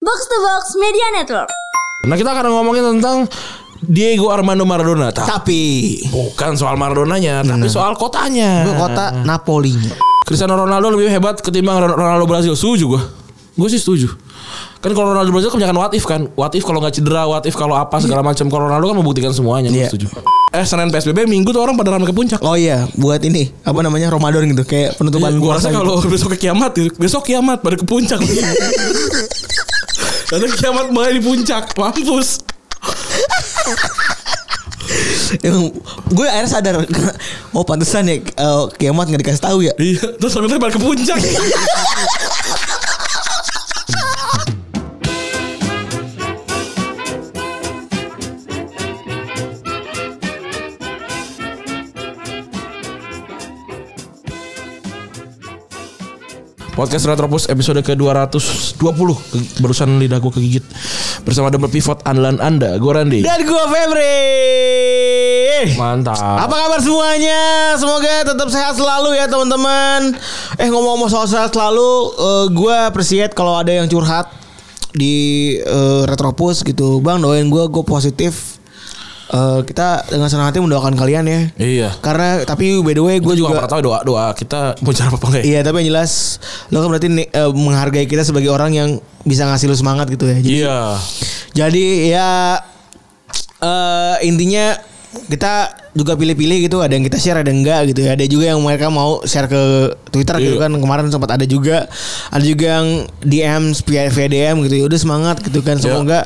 Box to Box Media Network. Nah kita akan ngomongin tentang Diego Armando Maradona. Ta- Tapi Bukan soal Maradonanya, tapi Nah. soal kotanya. gue kota Napolinya. Cristiano Ronaldo lebih hebat ketimbang Ron- Ronaldo Brazil. Setuju gue. Gue sih setuju. Kan kalau Ronaldo Brazil kebanyakan what if kan. What if kalau nggak cedera, what if kalau apa segala macam. Kalau Ronaldo kan membuktikan semuanya. Gue Iya. setuju. Eh Senin PSBB minggu tuh orang pada ramai ke puncak. Oh iya, buat ini apa namanya Ramadan gitu, kayak penutupan Gue puasa rasa gitu. kalau besok ke kiamat, ya, besok kiamat pada ke puncak. Karena kiamat mulai di puncak, mampus. Emang gue akhirnya sadar oh pantesan ya eh, kiamat nggak dikasih tahu ya. Iya, terus sampai pada ke puncak. Podcast Retropus episode ke-220 Ke- Barusan lidah gue kegigit Bersama double pivot andalan anda Gue Randy Dan gue Febri. Mantap Apa kabar semuanya? Semoga tetap sehat selalu ya teman-teman. Eh ngomong-ngomong soal sehat selalu, eh, gue appreciate kalau ada yang curhat di eh, Retropus gitu, bang doain gue, gue positif. Eh, kita dengan senang hati mendoakan kalian ya. Iya Karena tapi by the way gue Gue juga gak juga pernah tahu ya? doa-doa kita Muncul apa enggak ya Iya tapi yang jelas lo kan berarti ni- eh, menghargai kita sebagai orang yang bisa ngasih lo semangat gitu ya. Jadi, Iya. jadi ya eh intinya kita juga pilih-pilih gitu ada yang kita share ada yang enggak gitu ya. Ada juga yang mereka mau share ke Twitter gitu Iya. kan kemarin sempat ada juga ada juga yang DM via, via DM gitu ya udah semangat gitu Iya. kan semoga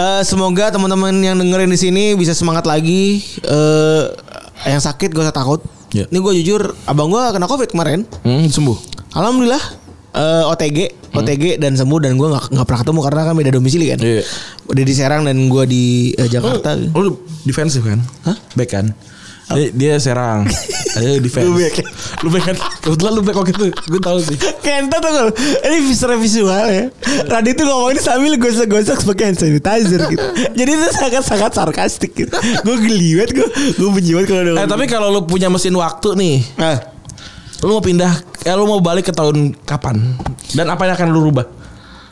eh, semoga teman-teman yang dengerin di sini bisa semangat lagi eh yang sakit gak usah takut. Iya. Ini gue jujur abang gue kena covid kemarin. Hmm, sembuh. Alhamdulillah eh, OTG, Hmm. OTG dan sembuh dan gue nggak nggak pernah ketemu karena kan beda domisili kan. Iya. Udah di Serang dan gue di eh, Jakarta. Oh, Lu defensif kan? Hah? Back kan? Dia, dia serang. Ayo defense. Lu back. Lu back kan? Kebetulan lu back waktu itu. Gue tahu sih. Kenta tuh kalau ini secara visual ya. Radit tuh ngomongin sambil gosok-gosok pakai hand sanitizer gitu. Jadi itu sangat-sangat sarkastik gitu. Gue geli banget, gue gue benci banget kalau ada. Eh, tapi kalau lu punya mesin waktu nih, ah, lu mau pindah eh lu mau balik ke tahun kapan? Dan apa yang akan lu rubah?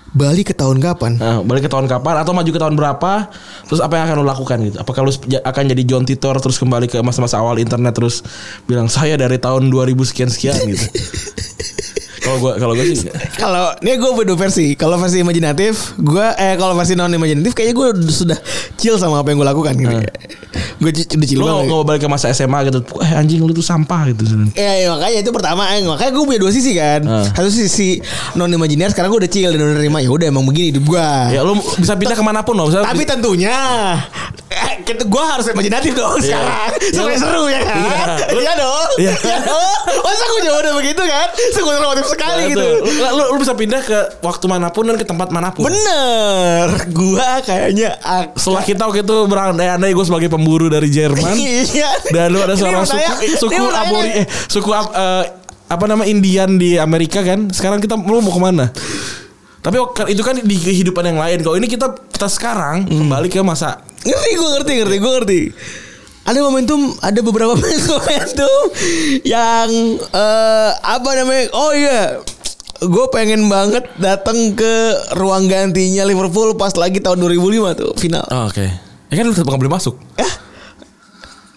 Bali ke tahun kapan? Nah, balik ke tahun kapan atau maju ke tahun berapa? Terus apa yang akan lu lakukan gitu? Apakah lu ja- akan jadi John Titor terus kembali ke masa-masa awal internet terus bilang saya dari tahun 2000 sekian sekian gitu. Kalau gua kalau gua sih enggak. Kalau ini gue beda versi. Kalau versi imajinatif, gue eh kalau versi non imajinatif kayaknya gue sudah chill sama apa yang gue lakukan gitu. Gue udah chill lu banget. nggak mau balik ke masa SMA gitu eh anjing lu tuh sampah gitu Ya, ya, makanya itu pertama eh, makanya gue punya dua sisi kan Heeh. satu sisi non imajiner sekarang gue udah chill dan udah nerima ya udah emang begini hidup gue ya lu bisa pindah kemanapun loh bisa tapi tentunya eh, kita- gue harus imajinatif dong sekarang supaya seru ya kan Iya. Lu- iya dong Iya. iya dong masa gue jawab udah begitu kan sekunder motif sekali Nah, gitu tuh. lu, lu, lu bisa pindah ke waktu manapun dan ke tempat manapun bener gue kayaknya ak- setelah kita waktu itu berandai-andai gue sebagai pemburu dari Jerman Iya. dan lu ada Ini seorang menurut suku saya- suku ini menurut saya- abori eh, suku ab- eh, apa nama Indian di Amerika kan sekarang kita lu mau kemana tapi wak- itu kan di kehidupan yang lain kalau ini kita kita sekarang kembali ke masa Ngerti gue ngerti ngerti gue ngerti. Ada momentum, ada beberapa momentum yang eh apa namanya? Oh iya, gue pengen banget datang ke ruang gantinya Liverpool pas lagi tahun 2005 tuh final. oke ya kan lu tetap nggak boleh masuk Eh,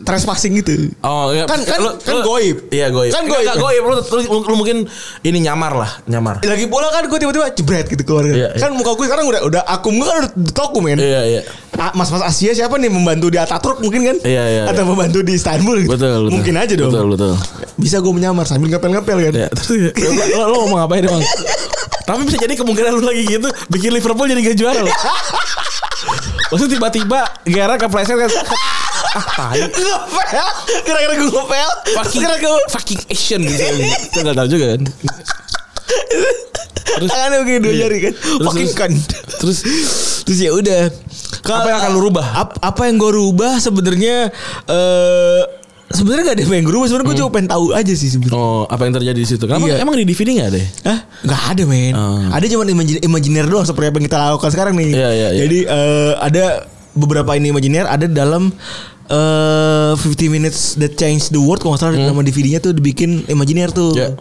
trespassing gitu. Oh iya. Kan- kan- Lu- kan lu- goib. Iya goib. Kan Enggak, goib. enggak goib. Lu, lu, lu mungkin ini nyamar lah, nyamar. Lagi pula kan gue tiba-tiba jebret gitu keluar. Iya, iya. kan muka gue sekarang udah udah akum gue kan udah toku men. Iya iya. Ah, Mas-mas Asia siapa nih membantu di Ataturk mungkin kan? Iya, iya, Atau membantu di Istanbul gitu. Betul, betul. Mungkin aja dong. Betul betul. Bisa gue menyamar sambil ngepel-ngepel kan. Ya, terus ya, lu, lu ngomong ngapain emang? Tapi bisa jadi kemungkinan lu lagi gitu bikin Liverpool jadi gak juara loh. Maksudnya tiba-tiba gara kepleset kan ah tai ngepel gara-gara gue ngepel terus fucking gara-gara fucking Asian gitu. Kita enggak tahu juga kan. gue tangannya begini dua Iya. jari kan Terus- fucking terus- kan Terus terus ya udah Apa yang akan lu rubah? Ap- apa yang gue rubah sebenarnya eh sebenarnya gak ada yang gue rubah sebenarnya Hmm. gue cuma pengen tahu aja sih sebenarnya oh apa yang terjadi di situ? Kenapa Iya. emang di DVD enggak ada? ya? Hah? Ah. Gak ada men Hmm. Ada cuma imajin- imajiner doang Seperti apa yang kita lakukan sekarang nih Iya, iya, iya. Jadi eh, ada beberapa ini imajiner Ada dalam eh, eh 50 minutes that change the world kalau nggak salah nama DVD-nya tuh dibikin Imagineer tuh. Ya.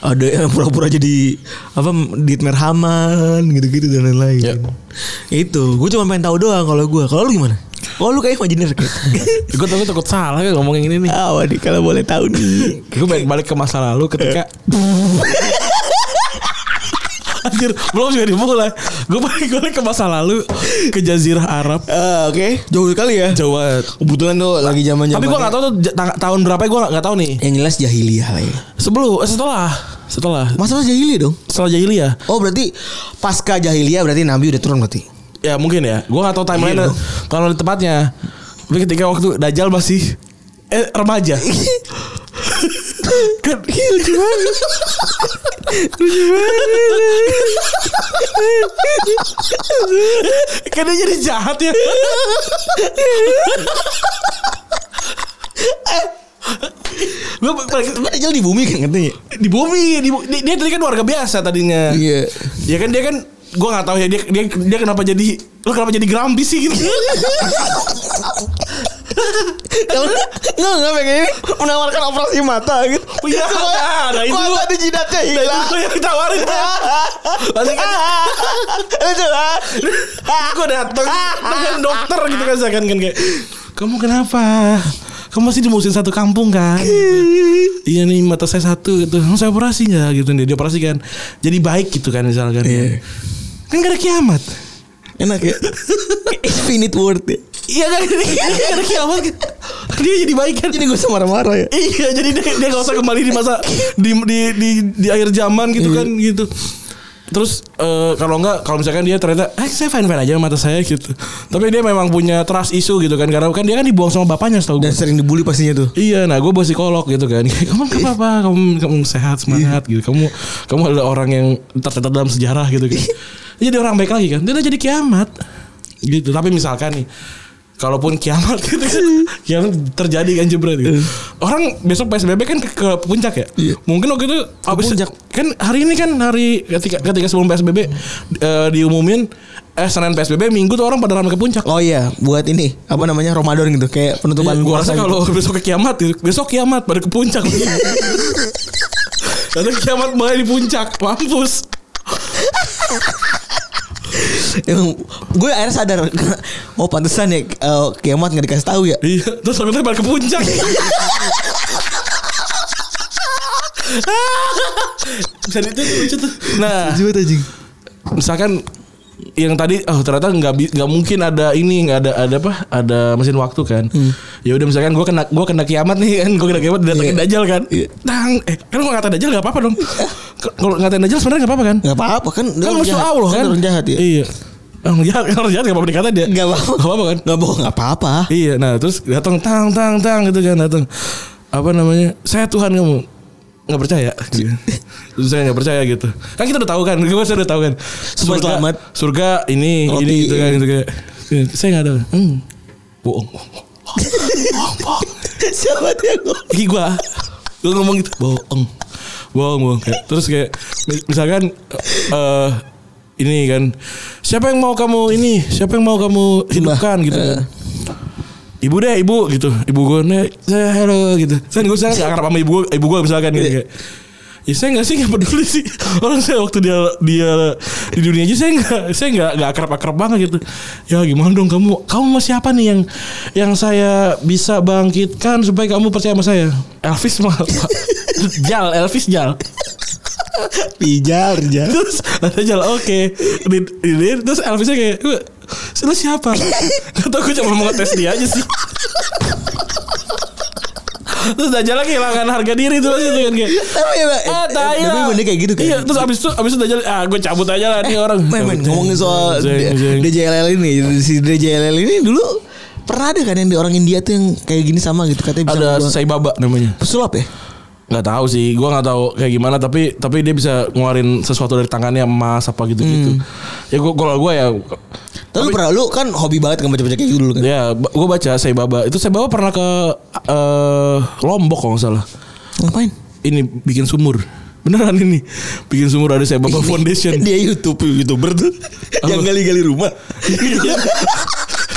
Ada yang pura-pura jadi apa Dietmar Haman gitu-gitu dan lain-lain. Ya. Itu, gue cuma pengen tahu doang kalau gue. Kalau lu gimana? Kalau lu kayak Imagineer gitu. Gue tapi takut salah kan ngomongin ini nih. Ah, waduh, kalau boleh tahu nih. Gue balik, balik ke masa lalu ketika Anjir, belum juga dimulai. Gue balik, balik ke masa lalu ke Jazirah Arab. Ah, oke. Jauh sekali ya. Jawa. Kebetulan tuh lagi zaman-zaman. Tapi gue nggak tahu tuh ja- ta- tahun berapa gue nggak tahu nih. Yang jelas jahiliyah lah ya. Sebelum, eh, setelah, setelah, Masa jahiliyah dong? setelah Jahiliyah. Oh berarti pasca jahiliyah berarti Nabi udah turun berarti. Ya mungkin ya. Gue nggak tahu timeline Iya dong. kalau di tempatnya. Tapi ketika waktu Dajjal masih eh remaja. kan lucu banget. kan dia jadi jahat ya. Gue Dajjal di bumi kan katanya. di bumi di bu- dia, dia tadi kan warga biasa tadinya Iya. ya kan dia kan gue nggak tahu ya dia dia dia kenapa jadi lu kenapa jadi grumpy sih gitu Kalau nggak nggak pengen ini menawarkan operasi mata gitu. Iya, ada itu. Mata di jidatnya Nah, hilang. itu yang ditawarin Pasti kan Lucu ah. gue datang dengan dokter gitu kan saya kan kan kayak kamu kenapa kamu masih dimusuhin satu kampung kan iya nih mata saya satu gitu "Mau saya operasi nggak gitu nih dia operasi kan jadi baik gitu kan misalkan Iya. kan gak ada kiamat Enak ya. Infinite word ya. iya kan gak ada kiamat dia jadi baik kan Jadi gue sama marah-marah ya. Iya, jadi dia, dia gak usah kembali di masa di di di, di akhir zaman gitu kan gitu. Terus eh, kalau enggak kalau misalkan dia ternyata eh saya fine fine aja mata saya gitu. Tapi dia memang punya trust issue gitu kan karena kan dia kan dibuang sama bapaknya setahu Dan gue. sering dibully pastinya tuh. Iya, nah gue bawa psikolog gitu kan. Kamu gak apa-apa, kamu kamu Iya. sehat semangat gitu. Kamu kamu adalah orang yang tercatat dalam sejarah gitu kan. Iya. Dia jadi orang baik lagi kan. Dia udah jadi kiamat. Gitu. Tapi misalkan nih Kalaupun kiamat gitu kan, kiamat terjadi kan jebret gitu. Orang besok PSBB kan ke, ke puncak ya. Iya. Mungkin waktu itu abis puncak. kan hari ini kan hari ketika ketika sebelum PSBB eh, diumumin eh Senin PSBB Minggu tuh orang pada ramai ke puncak. Oh iya, buat ini apa namanya Ramadan gitu, kayak Iya, penutupan gua rasa puasa gitu. kalau besok ke kiamat gitu, besok kiamat pada ke puncak. Karena kiamat mulai di puncak, mampus. Emang gue akhirnya sadar oh pantesan ya eh, kiamat nggak dikasih tahu ya Iya, terus sampai pada ke puncak. Bisa di- itu lucu tuh. Nah, Jiwet anjing misalkan yang tadi oh ternyata nggak bi- nggak mungkin ada ini nggak ada ada apa ada mesin waktu kan ya udah misalkan gue kena gue kena kiamat nih kan gue kena kiamat datangin Iya. dajal kan Iya. tang eh kan gue ngatain dajal nggak apa apa dong kalau ngatain dajal sebenarnya nggak apa apa kan Gak apa-apa kan dia kan orang musuh jahat. Allah kan Orang jahat ya iya orang jahat kan orang jahat gak apa-apa dikata dia Gak apa-apa Nggak apa-apa kan Gak bohong Gak apa-apa iya nah terus datang tang tang tang gitu kan datang apa namanya saya Tuhan kamu nggak percaya gitu. Terus saya nggak percaya gitu kan kita udah tahu kan gue udah tahu kan Semua selamat. surga ini Roti. iya. ini gitu kan gitu kayak saya nggak tahu hmm. bohong bohong bohong Siapa dia gue Ih, gua gua ngomong gitu bohong bohong bohong Kayak- terus kayak mis- misalkan eh ini kan siapa yang mau kamu ini siapa yang mau kamu hidupkan gitu kan. Eh. ibu deh ibu gitu ibu gue nih saya halo gitu saya gue saya nggak akrab sama ibu gue ibu gue misalkan gitu kayak Ya saya nggak sih nggak peduli sih orang saya waktu dia dia di dunia aja saya nggak saya nggak nggak akrab akrab banget gitu ya gimana dong kamu kamu mau siapa nih yang yang saya bisa bangkitkan supaya kamu percaya sama saya Elvis mah Pak. Jal Elvis Jal Pijar Pijar terus ada Jal oke Di- di- di- terus Elvisnya kayak lu siapa nggak tau gue cuma mau ngetes dia aja sih terus Dajjal kehilangan harga diri tuh itu kan kayak Tapi ya Pak Ah, tai Tapi lah. bener kayak gitu kan Eh, Iya, terus abis itu abis itu Dajjal ah gue cabut aja lah nih orang. Men, men, ngomongin soal Jeng, jeng. DJLL ini Si DJLL ini dulu Pernah ada kan yang di orang India tuh yang kayak gini sama gitu Katanya bisa ada ngubah- Sai Baba namanya. pesulap ya Nggak tahu sih, gue nggak tahu kayak gimana tapi tapi dia bisa ngeluarin sesuatu dari tangannya emas apa gitu-gitu. Hmm. Ya gue kalau gue ya Tapi lu pernah lu kan hobi banget kan baca-baca kayak gitu dulu kan ya gue baca Sai Baba. Itu Sai Baba pernah ke eh, Lombok kalau nggak salah. Ngapain? Ini bikin sumur. Beneran ini bikin sumur ada Sai Baba Foundation. Dia YouTube youtuber tuh Apa? Yang gali-gali rumah Iya.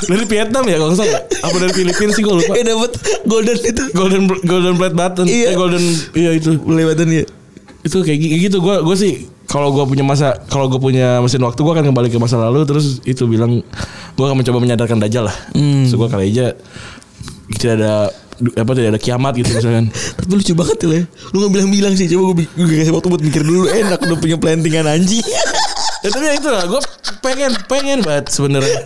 dari Vietnam ya kalau nggak salah apa dari Filipina sih gue lupa Eh dapat golden itu. golden golden plate button eh, Iya. golden iya itu Boleh batan ya. itu kayak gi- gitu gue gue sih kalau gue punya masa kalau gue punya mesin waktu gue akan kembali ke masa lalu terus itu bilang gue akan mencoba menyadarkan dajal lah so gue kali aja tidak ada apa tidak ada kiamat gitu misalkan Tapi lucu banget ya. Le. Lu nggak bilang-bilang sih. Coba gue, gue kasih waktu buat mikir dulu. Eh, Enak udah punya plantingan anjing. ya, tapi ya itu lah gue pengen pengen banget sebenarnya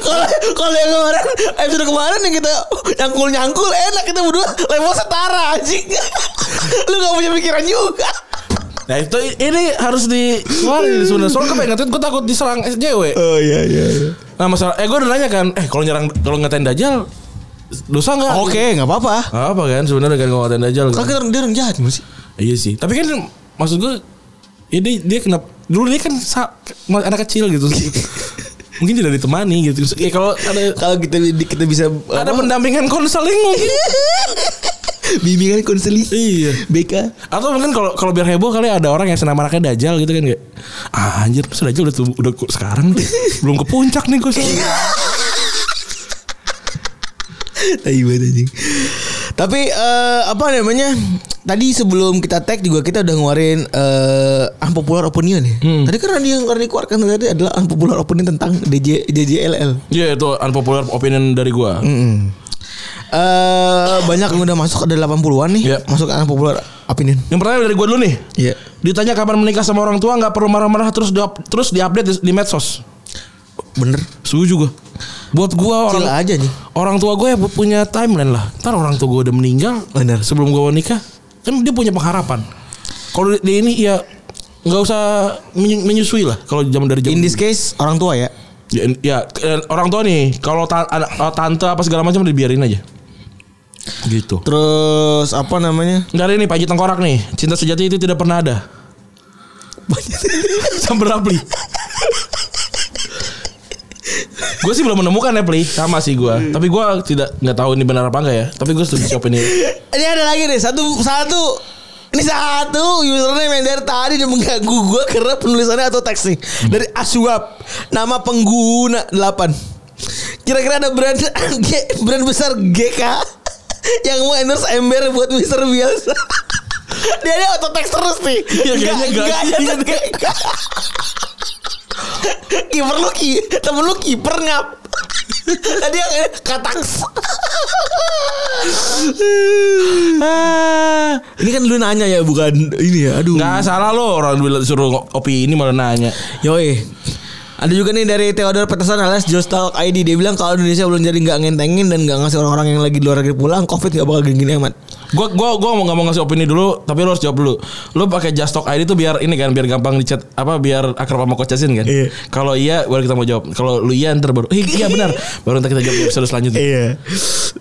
Kalau kalau yang kemarin episode kemarin yang kita nyangkul nyangkul enak kita berdua level setara anjing. Lu gak punya pikiran juga. nah itu ini harus dikeluarin sebenarnya soalnya gue pengen ngetweet gue takut diserang SJW Oh iya iya. iya. nah masalah eh gue udah nanya kan eh kalau nyerang kalau ngatain dajal dosa nggak Oke, nggak apa-apa. apa kan sebenarnya kan kalau ngatain dajal kan? Kan kita orang dia orang jahat nggak sih. Iya sih. Tapi kan maksud gue ya dia, dia kenapa dulu dia kan sa- anak kecil gitu. mungkin tidak ditemani gitu. Ya kalau ada Kalau kita kita bisa ada apa, pendampingan konseling mungkin. bimbingan konseling. iya. BK. Atau mungkin kalau kalau biar heboh kali ada orang yang senama anaknya dajal gitu kan kayak ah, anjir masa dajal udah tuh, udah ku- sekarang nih. belum ke puncak nih gue Tai banget anjing. Tapi eh, apa namanya? Tadi sebelum kita tag juga kita udah ngeluarin eh unpopular opinion ya. Tadi kan yang yang dikeluarkan tadi adalah unpopular opinion tentang DJ DJLL. Iya itu unpopular opinion dari gue. Mm. Eh, banyak yang udah masuk ada 80-an nih. Iya. Masuk unpopular opinion. Yang pertama dari gue dulu nih. Iya. Ditanya kapan menikah sama orang tua nggak perlu marah-marah terus di, terus diupdate di, di medsos. Bener. Setuju gue. Buat gue orang Kecil aja nih. orang tua gue ya punya timeline lah. Ntar orang tua gue udah meninggal, Bener. sebelum gue nikah, kan dia punya pengharapan. Kalau di, di ini ya nggak usah menyu- menyusui lah kalau zaman dari zaman In this case orang tua ya. ya, ya, eh, orang tua nih kalau ta- anak- eh, tante apa segala macam dibiarin aja gitu Terus apa namanya? dari ini Pak Haji Tengkorak nih cinta sejati itu tidak pernah ada Sampai Rapli gue sih belum menemukan ya Pli sama sih gue tapi gue tidak nggak tahu ini benar apa enggak ya tapi gue setuju siapa ini Ini ada lagi nih satu satu ini satu username yang dari tadi udah mengganggu gue karena penulisannya atau teks nih dari Aswab nama pengguna 8 kira-kira ada brand G- brand besar GK yang mau endorse ember buat Mister Biasa dia ada auto teks terus nih Iya, Nggak- kayaknya nggak ganti. ada GK kiper lu ki temen lu kiper ngap tadi yang kataks Ah, ini kan lu nanya ya bukan ini ya. Aduh. nggak salah lo orang bilang suruh kopi ini malah nanya Yoi. Ada juga nih dari Theodore Peterson alias Just Talk ID Dia bilang kalau Indonesia belum jadi nggak ngentengin Dan nggak ngasih orang-orang yang lagi di luar negeri pulang Covid nggak bakal ya, gini-gini amat Gua gua gua mau nggak mau ngasih opini dulu, tapi lo harus jawab dulu. Lo pakai just talk ID tuh biar ini kan biar gampang dicat apa biar akrab sama Coach Yasin kan. Iya. Kalau iya baru kita mau jawab. Kalau lu iya ntar baru. "Eh, iya benar. Baru ntar kita jawab di episode selanjutnya. Iya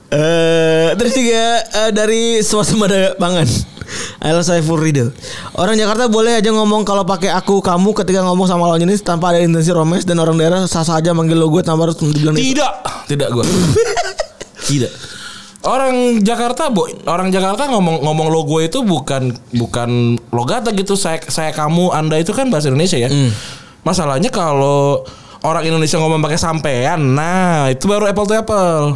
Eh, Terus juga eh, dari swasembada pangan alias Saiful Ridho Orang Jakarta boleh aja ngomong kalau pakai aku kamu ketika ngomong sama lawan jenis tanpa ada intensi romes dan orang daerah sah-sah aja manggil lo gue tanpa harus dibilang Tidak, tidak gua. tidak. Orang Jakarta, Bo, orang Jakarta ngomong ngomong lo gue itu bukan bukan logata gitu. Saya saya kamu, Anda itu kan bahasa Indonesia ya. Masalahnya kalau orang Indonesia ngomong pakai sampean, nah itu baru apple to apple.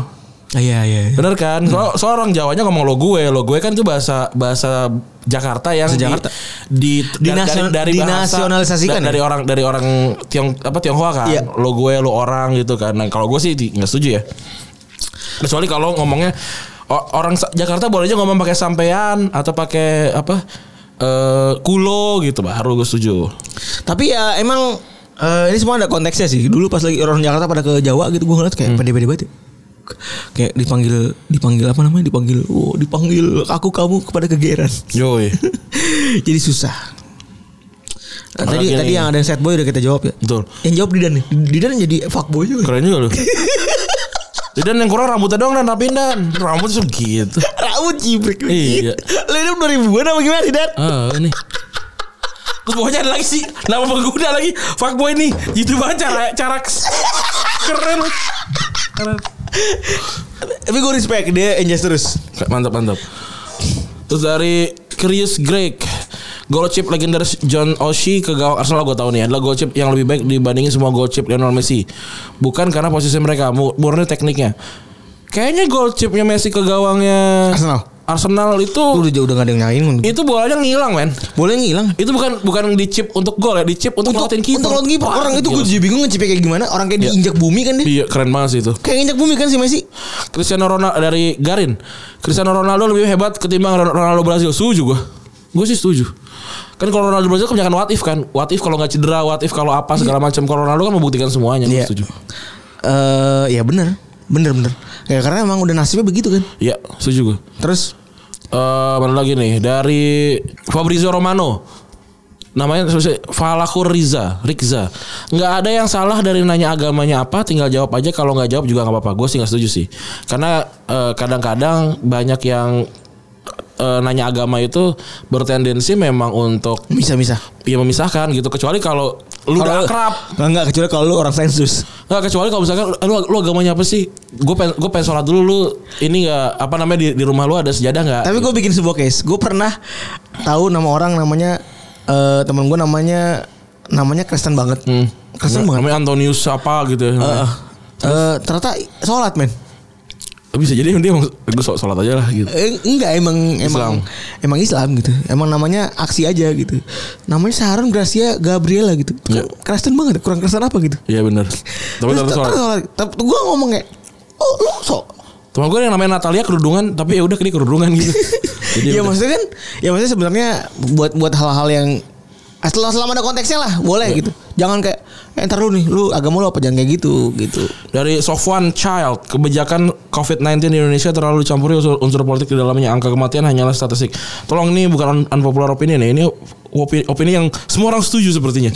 Iya iya iya. Bener kan? So, so orang Jawanya ngomong lo gue, lo gue kan itu bahasa bahasa Jakarta yang Bahasa di- Jakarta. di, dari- Dinasio- dari, bahasa- dinasionalisasikan da- dari ya? orang dari orang Tiong apa Tionghoa kan. Iya. Lo gue, lo orang gitu kan. Nah, kalau gue sih di- nggak setuju ya. Kecuali kalau ngomongnya o- orang Sa- Jakarta boleh aja ngomong pakai sampean atau pakai apa? eh kulo gitu baru gue setuju. Tapi ya emang eh, ini semua ada konteksnya sih. Dulu pas lagi orang Jakarta pada ke Jawa gitu gue ngeliat kayak Hmm. pede-pede banget. ya. Kayak dipanggil dipanggil apa namanya? Dipanggil oh, dipanggil aku kamu kepada kegeeran. Yoi. Jadi susah. Nah, Apalagi tadi nih. tadi yang ada yang sad boy udah kita jawab ya. Betul. Yang jawab Didan nih. Didan jadi fuckboy juga. Keren juga lu. Dan yang kurang rambutnya doang dan rapiin dan rambut gitu. segitu. Rambut jibrik. Iya. Lu hidup 2000-an apa gimana Didan? Ah, ini. Terus pokoknya ada lagi sih nama pengguna lagi fuckboy nih. Gitu banget cara cara keren. Tapi gue respect dia enjoy terus. Mantap mantap. Terus dari Curious Greg. Gol chip legendaris John Oshie ke gawang Arsenal gue tahu nih adalah gol chip yang lebih baik dibandingin semua gol chip Lionel Messi. Bukan karena posisi mereka, mu- murni tekniknya. Kayaknya gol chipnya Messi ke gawangnya Arsenal. Arsenal Iya. itu Udah jauh udah gak ada yang nyain. itu bolanya ngilang men. Boleh ngilang. Itu bukan bukan dicip untuk gol ya, dicip untuk, Untuk ngelawatin kiper. untuk lawan kiper. Orang itu gue Gila. juga bingung ngecipnya kayak gimana. Orang kayak diinjak bumi kan dia. Iya keren banget sih itu. Kayak nginjak bumi kan si Messi. Cristiano Ronaldo dari Garin. Cristiano Ronaldo lebih hebat ketimbang Ron- Ronaldo Brazil. Setuju gua. Gue sih setuju. Kan kalau Ronaldo Brazil kebanyakan what if kan. What if kalau nggak cedera, what if kalau apa segala macam. Kalau Ronaldo kan membuktikan semuanya. Gue Iya. setuju. Eh ya bener. Bener bener. Ya karena emang udah nasibnya begitu kan. Iya, setuju gue. Terus Eh mana lagi nih? Dari Fabrizio Romano. Namanya sebenarnya Falakur Riza, Rikza. Nggak ada yang salah dari nanya agamanya apa, tinggal jawab aja. Kalau nggak jawab juga nggak apa-apa. Gue sih nggak setuju sih. Karena eh, kadang-kadang banyak yang eh, nanya agama itu bertendensi memang untuk bisa-bisa. ya memisahkan gitu. Kecuali kalau lu udah akrab. Enggak kecuali kalau lu orang sensus. Nggak, kecuali kalau misalkan "Eh, lu, lu agamanya apa sih? Gue pengen, gue pengen sholat dulu lu ini nggak apa namanya di, di rumah lu ada sejadah nggak? Tapi gue bikin sebuah case. Gue pernah tahu nama orang namanya eh teman gue namanya namanya Kristen banget. Kristen banget. namanya Hmm. Antonius apa gitu ya. Eh, eh, ternyata sholat men. ah. bisa jadi dia emang gue sholat, sholat aja lah gitu Eh, enggak emang emang emang Islam gitu. Emang namanya aksi aja gitu. Namanya Saharan Gracia Gabriela gitu. Iya. Kristen banget. Kurang Kristen apa gitu. Iya bener Tapi Terus ternyata sholat ternyata sholat. Tapi gue ngomong kayak, oh lu so. Temen gue yang namanya Natalia kerudungan Tapi ya udah dia kerudungan gitu Jadi ya ya, udah. maksudnya kan, ya maksudnya sebenarnya buat buat hal-hal yang selama, selama ada konteksnya lah Iya. boleh gitu. Jangan kayak eh, ntar lu nih, lu agama lu apa jangan kayak gitu gitu. Dari Sofwan Child Kebijakan COVID-19 di Indonesia terlalu dicampuri unsur, unsur politik di dalamnya Angka kematian hanyalah statistik Tolong ini bukan un- unpopular opinion ya Ini opini, opini yang semua orang setuju sepertinya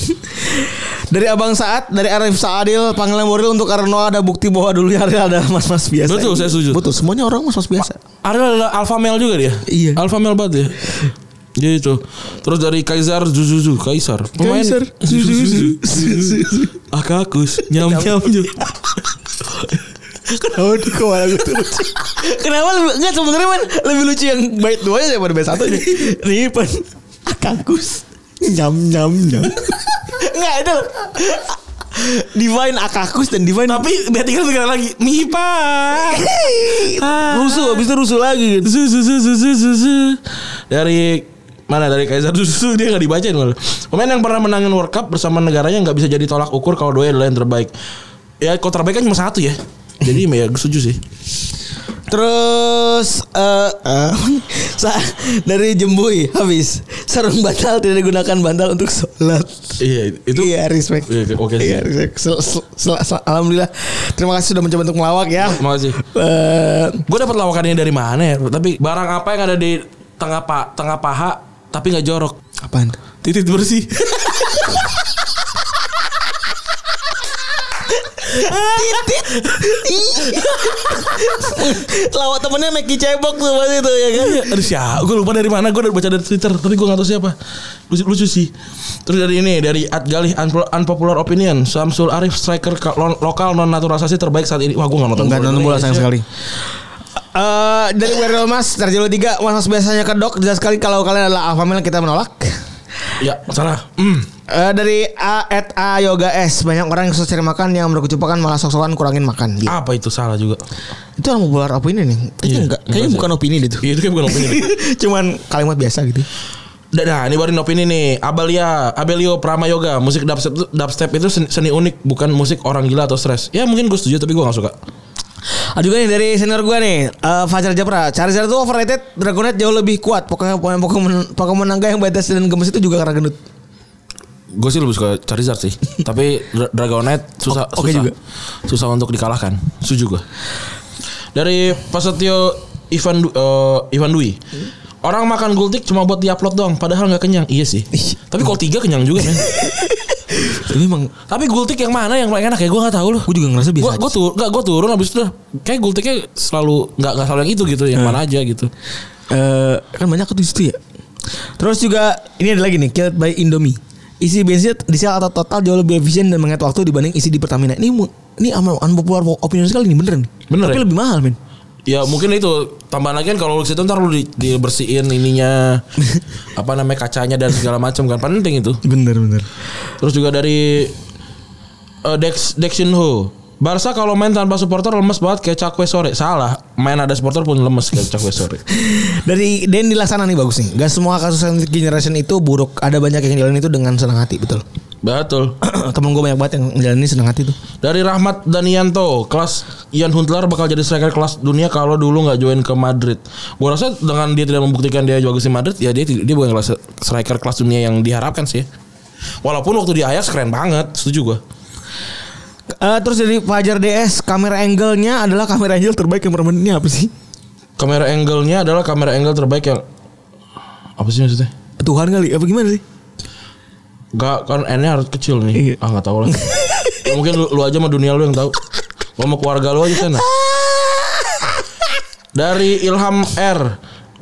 Dari Abang Saat, dari Arif Saadil, panggilan Boril untuk Arno ada bukti bahwa dulu Ariel ada mas-mas biasa. Betul, saya setuju. Betul, semuanya orang mas-mas biasa. Ariel adalah alpha male juga dia Iya. Alpha male banget ya Jadi itu Terus dari Kaisar Zuzuzu Kaisar Pemain Kaisar. Zuzuzu Akakus Nyam nyam nyam Kenapa Oh, di kepala gue tuh lucu? Kenapa lebih enggak sebenarnya man lebih lucu yang bait duanya daripada bait satunya. Nih pan akakus nyam nyam nyam. Enggak itu Divine akakus dan Divine Tapi bea kan tiga segala lagi Mipa Ah. rusuh habis itu rusuh lagi gitu. Zu, zu, zu, zu, zu, zu, zu. Dari Mana dari Kaisar Zu, zu, zu, Dia gak dibacain malah Pemain yang pernah menangin World Cup Bersama negaranya nggak bisa jadi tolak ukur Kalau dua adalah yang terbaik Ya kalau terbaik kan cuma satu ya Jadi ya gue setuju sih Terus eh eh, sa- dari Jembui habis sarung bantal tidak digunakan bantal untuk sholat. Iya itu Iya respect. Iya, oke sih. Iya respect. Sel- sel- sel- sel- Alhamdulillah. Terima kasih sudah mencoba untuk melawak ya. Makasih Eh, Gue dapat lawakannya dari mana ya Tapi barang apa yang ada di Tengah pa, tengah paha Tapi nggak jorok apaan tuh? Titik bersih Titit. Lawak temennya Meki Cebok tuh pasti tuh ya kan. Iya, aduh siapa? Gue lupa dari mana. Gue udah baca dari Twitter, tapi gue gak tahu siapa. Lucu, lucu sih. Terus dari ini, dari At Galih Unpo- Unpopular Opinion, Samsul Arif striker ka- lo- lokal non naturalisasi terbaik saat ini. Wah, gue gak nonton. Iya. Enggak nonton bola sayang sekali. Eh dari Warrior Mas Tarjalo 3 Mas Mas biasanya kedok jelas sekali kalau kalian adalah alpha male kita menolak. Ya, salah. Hmm. Eh dari A at A Yoga S banyak orang yang susah cari makan yang berkecupakan malah sok-sokan kurangin makan Gitu. dia. Apa itu salah juga? Ah. Itu orang populer opini nih. Kayaknya Iya, enggak, kayaknya enggak bukan opini deh tuh. Iya, itu kayak bukan opini. Cuman kalimat biasa gitu. Nah, nah, ini baru opini nih. Abelia, Abelio Pramayoga, musik dubstep, itu- dubstep itu seni, seni unik, bukan musik orang gila atau stres. Ya mungkin gue setuju, tapi gue gak suka. Ada juga nih dari senior gue nih eh, Fajar Japra Charizard itu overrated Dragonite jauh lebih kuat Pokoknya Pokemon, Pokemon, Pokemon naga yang batas dan gemes itu juga karena gendut Gue sih lebih suka Charizard sih. tapi Dra- Dragonite susah O- oke susah, juga. susah untuk dikalahkan. Setuju gue. Dari Pasetio Ivan Du- eh, Ivan Dwi. Orang makan gultik cuma buat diupload doang, padahal nggak kenyang. Iya sih. Tapi kalau tiga kenyang juga men. Tapi emang Tapi gultik yang mana yang paling enak ya? Gue nggak tahu loh. gue juga ngerasa biasa Gue gue turun, nggak gue turun abis itu dah. kayak gultiknya selalu nggak nggak selalu yang itu gitu, yang mana aja gitu. Eh, Kan banyak tuh disitu ya Terus juga Ini ada lagi nih Killed by Indomie Isi bensin diesel atau total jauh lebih efisien dan menghemat waktu dibanding isi di Pertamina. Ini mu- ini amal unpopular opinion sekali nih beneran. Bener Tapi ya? lebih mahal men. Ya mungkin itu tambahan lagi kan kalau lu situ ntar lu di- dibersihin ininya apa namanya kacanya dan segala macam kan penting itu. Bener bener. Terus juga dari eh, Dex Dexinho. Barca kalau main tanpa supporter lemes banget kayak Cakwe sore. Salah, main ada supporter pun lemes kayak Cakwe sore. Dari Dendi Laksana nih bagus nih. Gak semua kasus sandwich generation itu buruk. Ada banyak yang ngejalanin itu dengan senang hati betul. Betul. Temen gue banyak banget yang ngejalanin senang hati tuh. Dari Rahmat Danianto, kelas Ian Huntler bakal jadi striker kelas dunia kalau dulu nggak join ke Madrid. Gua rasa dengan dia tidak membuktikan dia bagus di Madrid, ya dia ti- dia bukan kelas striker kelas dunia yang diharapkan sih. Walaupun waktu di Ajax keren banget, setuju gua. Eh, terus dari Fajar DS kamera angle-nya adalah kamera angle terbaik yang pernah main. Ini apa sih? Kamera angle-nya adalah kamera angle terbaik yang apa sih maksudnya? Tuhan kali apa gimana sih? Gak kan N-nya harus kecil Iya. nih. Ah nggak tahu lah. Ya, mungkin lu, lu aja sama dunia lu yang tahu. Gua sama keluarga lu aja sana. Dari Ilham R.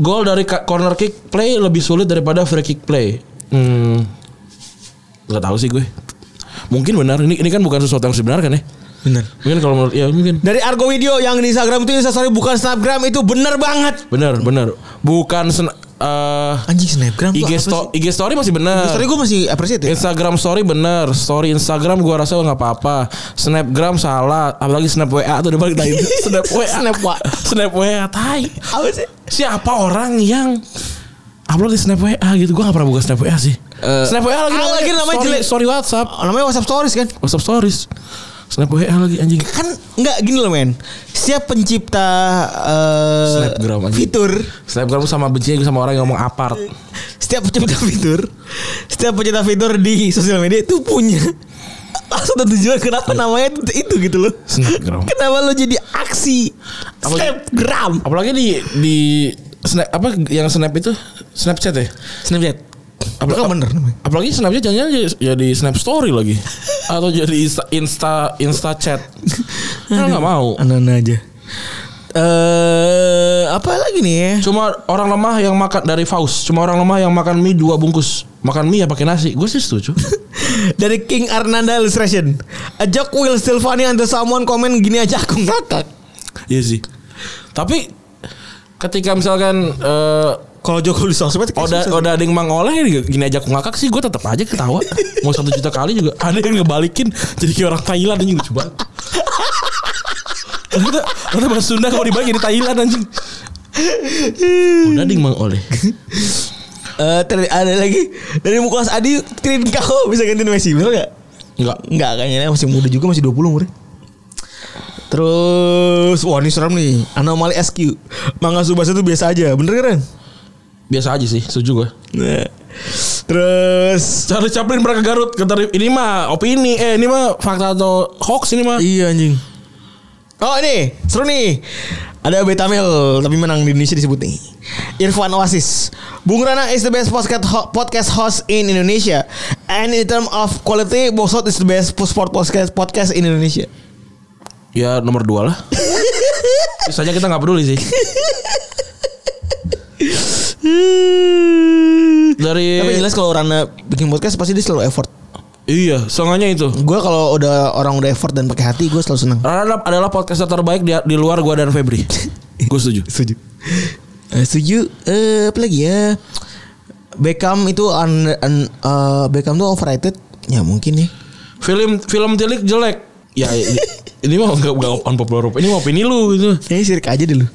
Gol dari ka- corner kick play lebih sulit daripada free kick play. Hmm. Gak tahu sih gue. Mungkin benar ini ini kan bukan sesuatu yang sebenarnya kan ya. Bener. Mungkin kalau menurut ya mungkin. Dari Argo Video yang di Instagram itu Instastory bukan Snapgram itu bener banget. Benar, benar. Bukan sen eh, Anjing Snapgram tuh IG, apa sto- sih? IG story masih benar. Instastory gue masih appreciate ya. Instagram story bener Story Instagram gua rasa nggak apa-apa Snapgram salah Apalagi snap WA tuh udah balik tadi Snap WA Snap wa. Snap WA tai Apa sih? Siapa orang yang Upload di snap WA gitu Gua nggak pernah buka snap WA sih Snap WA lagi ah, namanya, lagi namanya story, jelek. story Whatsapp Oh, namanya WhatsApp Stories kan? Whatsapp stories Snap WA lagi anjing Kan nggak gini loh men. Siap pencipta eh, Snapgram anjing. fitur, Snapgram sama bencinya gue sama orang yang ngomong apart setiap pencipta fitur, setiap pencipta fitur di sosial media itu punya maksud dan tujuan kenapa namanya itu, itu gitu loh. Snapgram Kenapa lo jadi aksi Apa- Snapgram? Apalagi di di snap apa yang snap itu Snapchat ya Snapchat. Apa- Apakah bener namanya? Apalagi Snapchat jangan jadi snap story lagi atau jadi insta insta, insta chat. Kan nggak mau. Anak-anak aja. Eh apa lagi nih ya? Cuma orang lemah yang makan dari Faust, cuma orang lemah yang makan mie dua bungkus. Makan mie ya pakai nasi. Gue sih setuju. Dari King Arnanda Illustration. A joke will still funny until someone comment gini aja aku ngakak. Iya sih. Tapi ketika misalkan eh Kalau Joko di sosmed kayak Oda susah. Oda ada yang mangoleh gini aja aku ngakak sih gue tetap aja ketawa. Mau satu juta kali juga ada yang ngebalikin jadi kayak orang Thailand anjing lucu banget. Ternyata ternyata bahasa Sunda kalau dibalik jadi Thailand anjing. Udah ding mangoleh. Eh, ter- ada lagi dari Muklas Adi Trin kau bisa gantiin Messi bener gak? Enggak. Enggak kayaknya masih muda juga masih 20 umurnya. Terus wah ini serem nih anomali SQ manga subasa itu biasa aja bener kan? Biasa aja sih, setuju gue. Nah. Terus Charlie Chaplin pernah ke Garut, kata Rif, ini mah opini, eh ini mah fakta atau hoax ini mah. Iya anjing. Oh ini seru nih. Ada Betamel tapi menang di Indonesia disebut nih. Irfan Oasis. Bung Rana is the best podcast ho- podcast host in Indonesia. And in term of quality, Bongsot is the best sport podcast podcast in Indonesia. Ya nomor dua lah. Sisanya kita nggak peduli sih. Hmm. Dari Tapi jelas kalau Rana bikin podcast pasti dia selalu effort. iya, songanya itu. Gue kalau udah orang udah effort dan pakai hati gue selalu seneng. Rara adalah podcaster terbaik di, di luar gua dan Febri. Gue setuju. Setuju. Eh, setuju. Eh, apa lagi ya? Beckham itu un, un- eh, Beckham tuh overrated. Ya mungkin ya. Film film tilik jelek. Ya ini, ini mah enggak enggak unpopular opini. Ini mah opini lu gitu. Kayaknya sirik aja deh lu.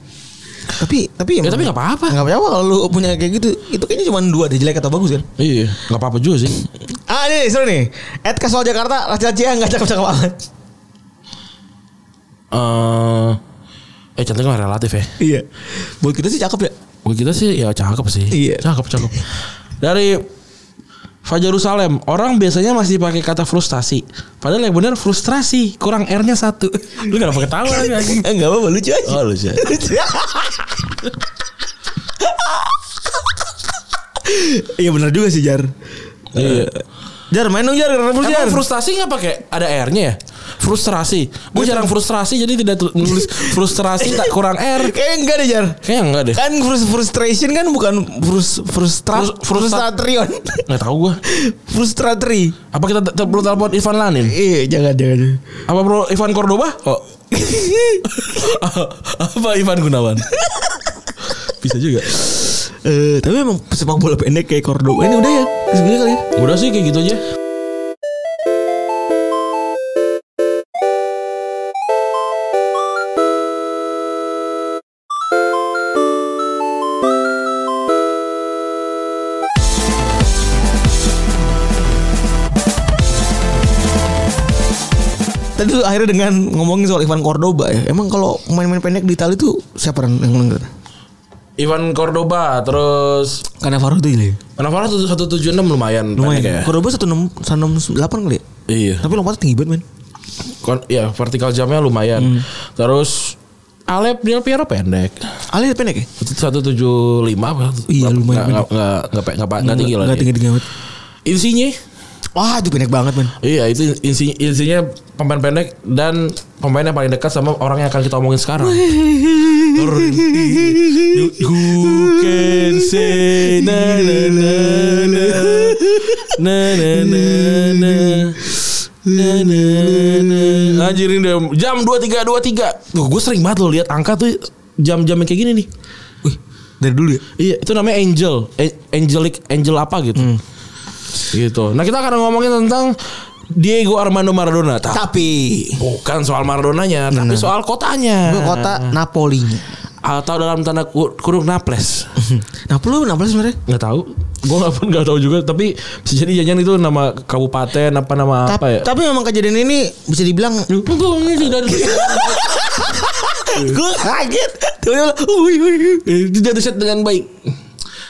Tapi tapi Ya tapi enggak apa-apa. Enggak apa-apa kalau lu punya kayak gitu. Itu kayaknya cuma dua deh jelek atau bagus kan. Iya, enggak apa-apa juga sih. Ah ini nih, seru nih. At Kasual Jakarta, Rachel Cia enggak cakep-cakep amat. Eh eh cantik mah relatif ya. Iya. Buat kita sih cakep ya. Gue kita sih ya cakep sih. Iya. Cakep cakep. Dari Fajarul Salem, orang biasanya masih pakai kata frustasi. Padahal yang benar frustrasi, kurang R-nya satu. Lu kenapa ketawa lagi anjing? Eh, Enggak apa-apa lucu aja. Oh, lucu aja. Lucu. Iya benar juga sih Jar. Iya. Jar main dong Jar rebus Jar. Emang frustrasi nggak pakai ada R-nya ya? Frustrasi. Gue jarang frustrasi jadi tidak tul- nulis frustrasi tak kurang R. Kayaknya Eh, enggak deh Jar. Kayaknya enggak deh. Kan frus- frustration kan bukan frus frustra Frus- frustra- frustratrion. Nggak tahu gue. Frustratri. Apa kita te- perlu telepon Ivan Lanin? Iya jangan jangan. Apa bro Ivan Cordoba? Oh. Apa Ivan Gunawan? Bisa juga. Eh tapi emang sepak bola pendek kayak Cordoba ini udah ya segini kali. ya. Udah sih kayak gitu aja. Tadi tuh akhirnya dengan ngomongin soal Ivan Cordoba ya. Emang kalau main-main pendek di Itali tuh siapa yang menang? Ivan Cordoba terus Karena Farouk tuh gila. ya. Manavara tuh 176 lumayan pendek ya. Lumayan. Cordoba satu enam kali. ya. Iya. Tapi lompatnya tinggi banget men. Kon- ya vertikal jamnya lumayan. Hmm. Terus Alep Del Piero pendek. Ali pendek ya? 175 apa? Iya, lumayan Enggak enggak enggak enggak enggak tinggi lah. Nggak iya. dia. tinggi-tinggi banget. Insinya Wah itu pendek banget men. Iya itu insi, insinya pemain pendek dan pemain yang paling dekat sama orang yang akan kita omongin sekarang. Who can say na na na na na na na na na na na Anjirin deh jam 23.23. Tuh gue sering banget lo lihat angka tuh jam-jam yang kayak gini nih. Wih dari dulu ya. Iya, itu namanya angel, A- angelic, angel apa gitu. Hmm. Gitu. Nah, kita akan ngomongin tentang Diego Armando Maradona. Ta- Tapi bukan soal Maradonanya, tapi soal kotanya. gue kota Napoli. atau dalam tanda ku- kurung Naples. Napoli Napoli sebenarnya. Nggak tahu. Gue nggak pun nggak tahu juga. Tapi bisa jadi jangan itu nama kabupaten apa nama Ta- apa ya? Tapi memang kejadian ini bisa dibilang Gua ini tidak ada- gue kaget. Iya, Tiba-tiba, "Uy, uy, uy." Eh, tidak riset dengan baik.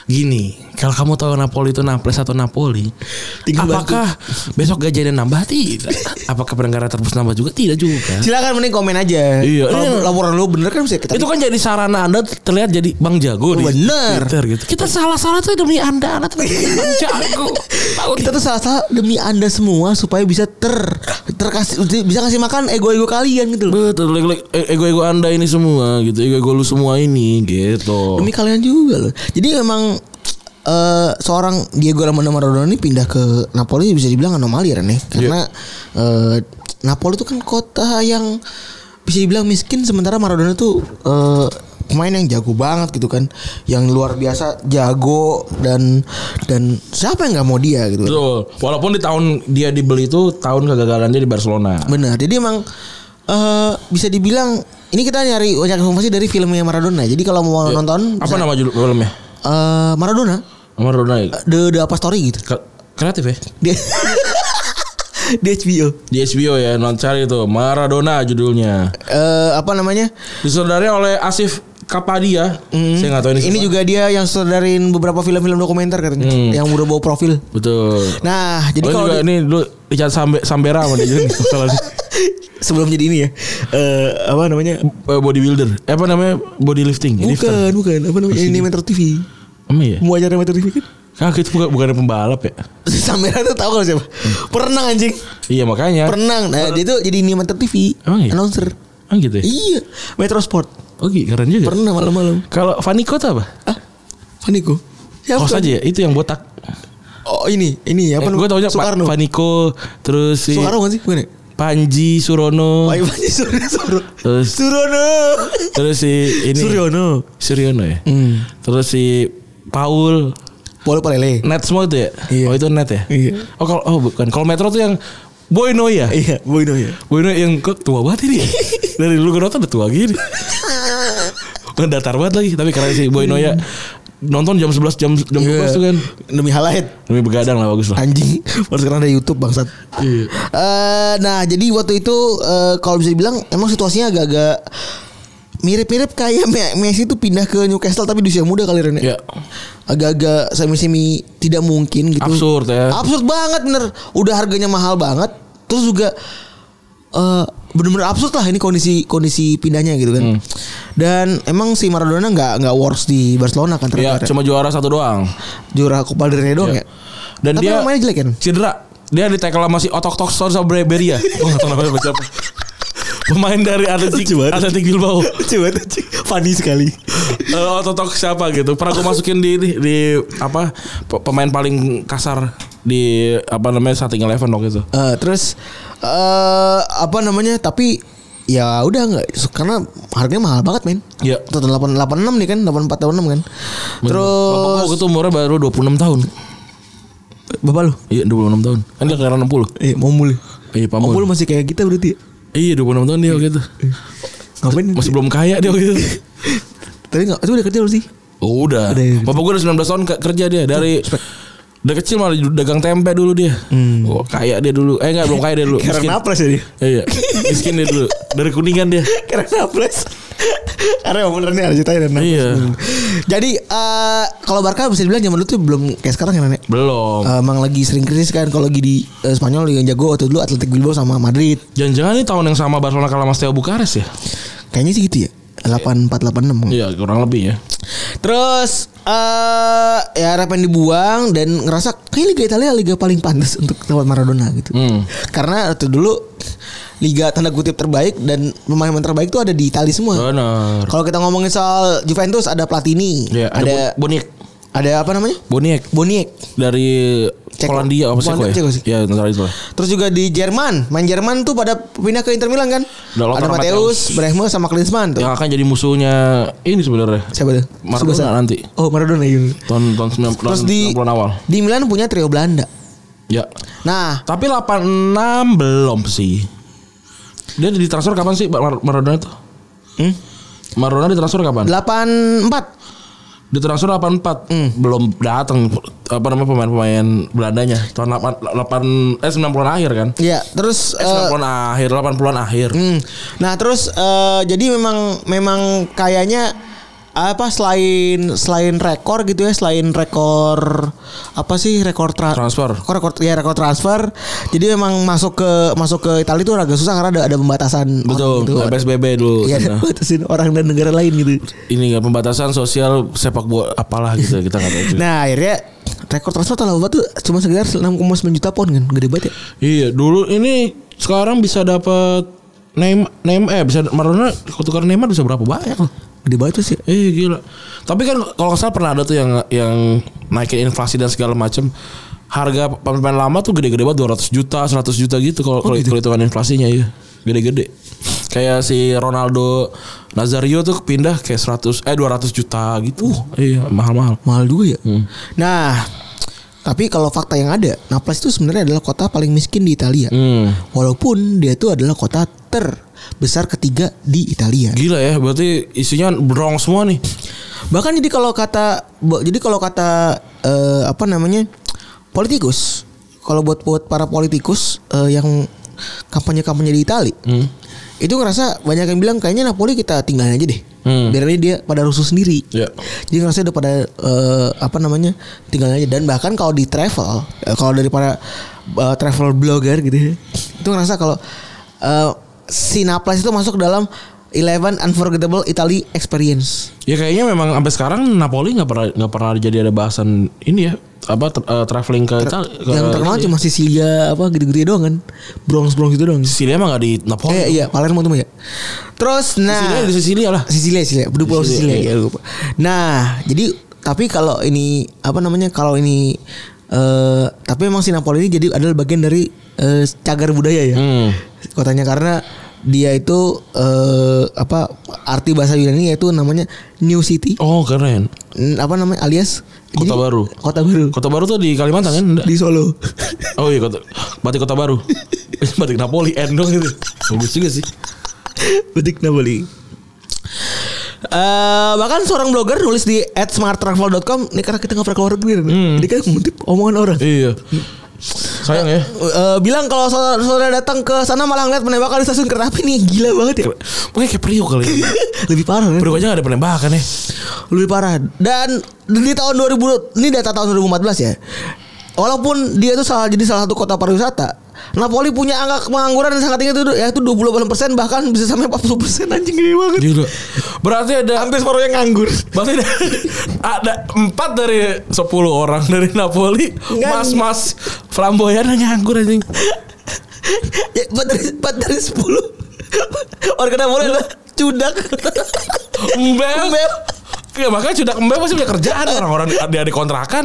Gini, kalau kamu tahu Napoli itu Naples atau Napoli, Tinggal apakah besok gajinya nambah tidak? apakah pendengar terus nambah juga? Tidak juga. Silakan mending komen aja. Iya. Kalau laporan lu bener kan bisa kita. Itu kan jadi sarana Anda terlihat jadi Bang Jago di Bener. Twitter gitu. Kita salah-salah tuh demi Anda, Anda tuh Bang Jago. Tahu kita tuh salah-salah demi anda semua supaya bisa ter terkasih bisa kasih makan ego-ego kalian gitu loh. Betul, like, like, e- ego-ego Anda ini semua gitu, ego-ego lu semua ini gitu. Demi kalian juga loh. Jadi memang eh, seorang Diego Armando Maradona ini pindah ke Napoli bisa dibilang anomali ya Iya. nih karena eh, Napoli itu kan kota yang bisa dibilang miskin sementara Maradona tuh eh, pemain yang jago banget gitu kan yang luar biasa jago dan dan siapa yang nggak mau dia gitu Betul. Walaupun di tahun dia dibeli itu tahun kegagalan dia di Barcelona. Benar. Jadi emang eh bisa dibilang ini kita nyari banyak informasi dari filmnya Maradona. Jadi kalau mau nonton Iya. Apa nama judul filmnya? eh, Maradona Maradona. ya? The The Apa Story gitu. Ke- kreatif ya Dia di HBO. di HBO ya non cari itu Maradona judulnya Eh apa namanya? Hmm, disutradarai oleh Asif Kapadia saya nggak tahu Mm-hmm. ini, Ini siapa. juga dia yang sutradarin beberapa film-film dokumenter katanya yang udah bawa profil. betul Nah, jadi jadi kalau Oh, juga di- ini dulu Richard Sambe, Sambera sama dia juga nih, salah sih. sebelum jadi ini ya. Eh apa namanya? Eh, bodybuilder eh, apa namanya bodylifting lifter Bukan, bukan. Apa namanya? Ini Metro TV. Emang ya Mau acara Metro TV kan? kaget bukan bukan pembalap ya Samira tuh tahu kalau siapa? Hmm. Pernah anjing. iya makanya Perenang. Nah, dia tuh jadi animator TV. Emang iya? Announcer. Emang gitu ya Iya. Metro Sport. oke keren juga Pernah malam-malam. kalau Vaniko tuh apa Ah, Faniko. Siapa? Kos aja ya itu yang botak Oh, ini. Ini apa eh, gue taunya Pak Soekarno. Vaniko terus si Soekarno kan sih? Bukan ya? Panji Surono Oh, iya, Panji Suryono. Suryono. Terus- Suryono. terus si ini Suryono. Suryono ya. Hmm. Terus si Paul Polo Palele. net semua itu ya. Iya. Oh itu net ya. Iya. Oh kalau oh bukan kalau metro tuh yang Boy Noya. Iya, Boino ya. Boy Noya yang kok tua banget ini. ya? Dari dulu gue nonton udah tua gini. Udah datar banget lagi tapi keren sih Boy Noya. Hmm. Nonton jam 11 jam jam Iya. 12 tuh kan. Demi halayak. Demi begadang lah bagus lah. Anjing, baru sekarang ada YouTube bangsat. Iya. Eh, nah, jadi waktu itu eh, kalau bisa dibilang emang situasinya agak-agak mirip-mirip kayak Me- Messi tuh pindah ke Newcastle tapi di usia muda kali Ren. ya? Iya. Agak-agak semi-semi tidak mungkin gitu. Absurd ya. Absurd banget bener. Udah harganya mahal banget. Terus juga eh bener-bener absurd lah ini kondisi kondisi pindahnya gitu Hmm. kan. Dan emang si Maradona nggak nggak worst di Barcelona kan Iya, ternyata. cuma juara satu doang. juara Copa del Rey doang Iya. ya. Dan Tapi dia emang mainnya jelek kan? Cedera. Dia di tackle sama si Otok Toksor sama Breberia. Gue gak tau Oh, namanya siapa. siapa. Pemain dari Atletik, Lucu banget. Atletik Bilbao. Oh. Coba tuh cik. funny sekali. Eh, Ototok siapa gitu. Pernah gue masukin di, di, di apa pe- pemain paling kasar di apa namanya starting eleven waktu itu. Eh, terus eh apa namanya? Tapi ya udah nggak karena harganya mahal banget men. Iya. Tuh, 8 86 nih kan, 84 tahun 6 kan. Bapak Terus gue waktu itu umurnya baru 26 tahun. bapak lu Iya 26 tahun. Kan dia kelahiran 60. eh mau mulai. Iya Pak Ompul Mul. masih kayak kita berarti. ya? Iya 26 tahun dia waktu itu. Ngapain? Masih belum kaya dia waktu itu. Tapi enggak itu udah kerja belum sih? Oh, udah. Udah. Bapak gue udah 19 tahun ke- kerja dia dari dari kecil malah dagang tempe dulu dia. Hmm. Oh, kaya dia dulu. Eh enggak belum kaya dia dulu. Miskin. Karena napres ya dia. Iya, iya. miskin dia dulu. Dari Kuningan dia. Karena napres. Karena emang bener nih ada ceritanya dan napres. Iya. Jadi eh kalau Barca bisa dibilang zaman dulu tuh belum kayak sekarang ya nenek. Belum. Eh, emang lagi sering krisis kan kalau lagi di eh, Spanyol yang jago waktu dulu Athletic Bilbao sama Madrid. Jangan-jangan ini tahun yang sama Barcelona kalah sama Steaua Bukares ya? Kayaknya sih gitu ya. 8486. Iya, kurang lebih ya. Terus eh ya harapan dibuang dan ngerasa kayak Liga Italia liga paling pantas untuk lawan Maradona gitu. Hmm. Karena waktu dulu liga tanda kutip terbaik dan pemain-pemain terbaik itu ada di Itali semua. Benar. Kalau kita ngomongin soal Juventus ada Platini, Iya, ada, ada Bo- Boniek. ada apa namanya? Boniek Boniek. dari Ceko. Polandia apa Ceko Polandia, ya? Ceko sih. Iya, antara itu lah. Terus juga di Jerman, main Jerman tuh pada pindah ke Inter Milan kan? Udah, Lothar ada Matthäus. Mateus, Bremer sama Klinsmann tuh. Yang akan jadi musuhnya ini sebenarnya. Siapa tuh? Ya. Tsubasa. Maradona nanti. Oh, Maradona iya. Tahun tahun 90 Terus di 90-an awal. Di Milan punya trio Belanda. Ya. Nah, Tapi 86 belum sih. Dia ditransfer kapan sih Mar- Maradona itu? Hmm? Maradona ditransfer kapan? 84 Ditransfer 84. Belum datang apa namanya pemain-pemain Belandanya. Tahun 8 eh 90-an akhir kan? Ya, terus Eh, eh, 90-an akhir, 80-an akhir. Hmm. Nah terus eh, jadi memang memang kayaknya apa selain selain rekor gitu ya selain rekor apa sih rekor tra- Transfer. rekor, rekor ya rekor transfer jadi memang masuk ke masuk ke Italia itu agak susah karena ada ada pembatasan Betul, orang gitu. PSBB dulu. Iya, ada sana. batasin orang dan negara lain gitu ini nggak pembatasan sosial sepak bola apalah gitu kita nggak tahu juga. nah akhirnya rekor transfer tahun lalu tuh cuma sekitar 6,9 juta pound kan gede banget ya iya dulu ini sekarang bisa dapat Neymar Neymar eh bisa Maradona kalau tukar Neymar bisa berapa banyak loh Oh, gede banget tuh sih Eh gila. Tapi kan kalau nggak salah pernah ada tuh yang yang naikin inflasi dan segala macam. Harga pemain lama tuh gede-gede banget 200 juta, 100 juta gitu kalau kalau kalau hitungan inflasinya ya. Gede-gede. Kayak si Ronaldo Nazario tuh pindah kayak 100 eh 200 juta gitu. iya, mahal-mahal. mahal juga ya. Nah, tapi kalau fakta yang ada, Naples itu sebenarnya adalah kota paling miskin di Italia. Hmm. Walaupun dia itu adalah kota terbesar ketiga di Italia. Gila ya, berarti isinya brong semua nih. Bahkan jadi kalau kata bo- jadi kalau kata eh, apa namanya? politikus, kalau buat buat para politikus eh, yang kampanye-kampanye di Italia, itu ngerasa banyak yang bilang kayaknya Napoli kita tinggalin aja deh. Hmm. Biar aja dia pada rusuh sendiri. Iya. Jadi ngerasa udah pada eh, apa namanya tinggal aja dan bahkan kalau di travel eh, kalau dari para eh, travel blogger gitu ya, itu ngerasa kalau eh, si Naples itu masuk dalam 11 unforgettable Italy experience. Ya kayaknya memang sampai sekarang Napoli nggak pernah nggak pernah jadi ada bahasan ini ya apa tra- eh, traveling ke Itali- ke- yang terkenal cuma Sicilia apa gitu-gitu doang kan. Bronx-bronx itu doang. Sicilia mah nggak di Napoli. Eh iya Palermo tuh ya. Terus nah Sicilia di Sicilia lah. Sicilia Sicilia, Berdua pulau Sicilia, Sicilia, ya, lupa. Nah, jadi tapi kalau ini apa namanya? Kalau ini eh tapi memang si Napoli ini jadi adalah bagian dari eh, cagar budaya ya. Hmm. Kotanya karena dia itu eh apa arti bahasa Yunani yaitu namanya New City. Oh keren. N- Apa namanya? Alias Kota baru. Kota baru. Kota Baru tuh di Kalimantan kan? Di Solo. Oh iya kota. Batik Kota Baru. Batik Napoli endong gitu. Bagus juga sih. Betik Napoli. Eh bahkan seorang blogger nulis di @smarttravel.com ini karena kita nggak pernah keluar negeri Ren. Jadi kan ngutip omongan orang. Iya. Sayang ya. Eh, bilang kalau saudara, saudara datang ke sana malah ngeliat penembakan di stasiun kereta api nih gila banget ya. Pokoknya kayak Priok kali. ini. Lebih parah kan? Ren. Priok aja gak ada penembakan ya. Lebih parah. Dan di tahun 2000 ini data tahun 2014 ya. Walaupun dia itu salah jadi salah satu kota pariwisata, Napoli punya angka pengangguran yang sangat tinggi itu ya itu 28% bahkan bisa sampai 40% anjing gede banget. Gila. Berarti ada Hampir separuh yang nganggur. Berarti ada, ada empat dari sepuluh orang dari Napoli Nggak. mas-mas flamboyan yang nganggur anjing. ya, 4 dari, 4 dari 10. Orang Napoli adalah cudak. Embel. Embel. Ya makanya sudah kembali pasti punya kerjaan orang-orang di, di, di kontrakan.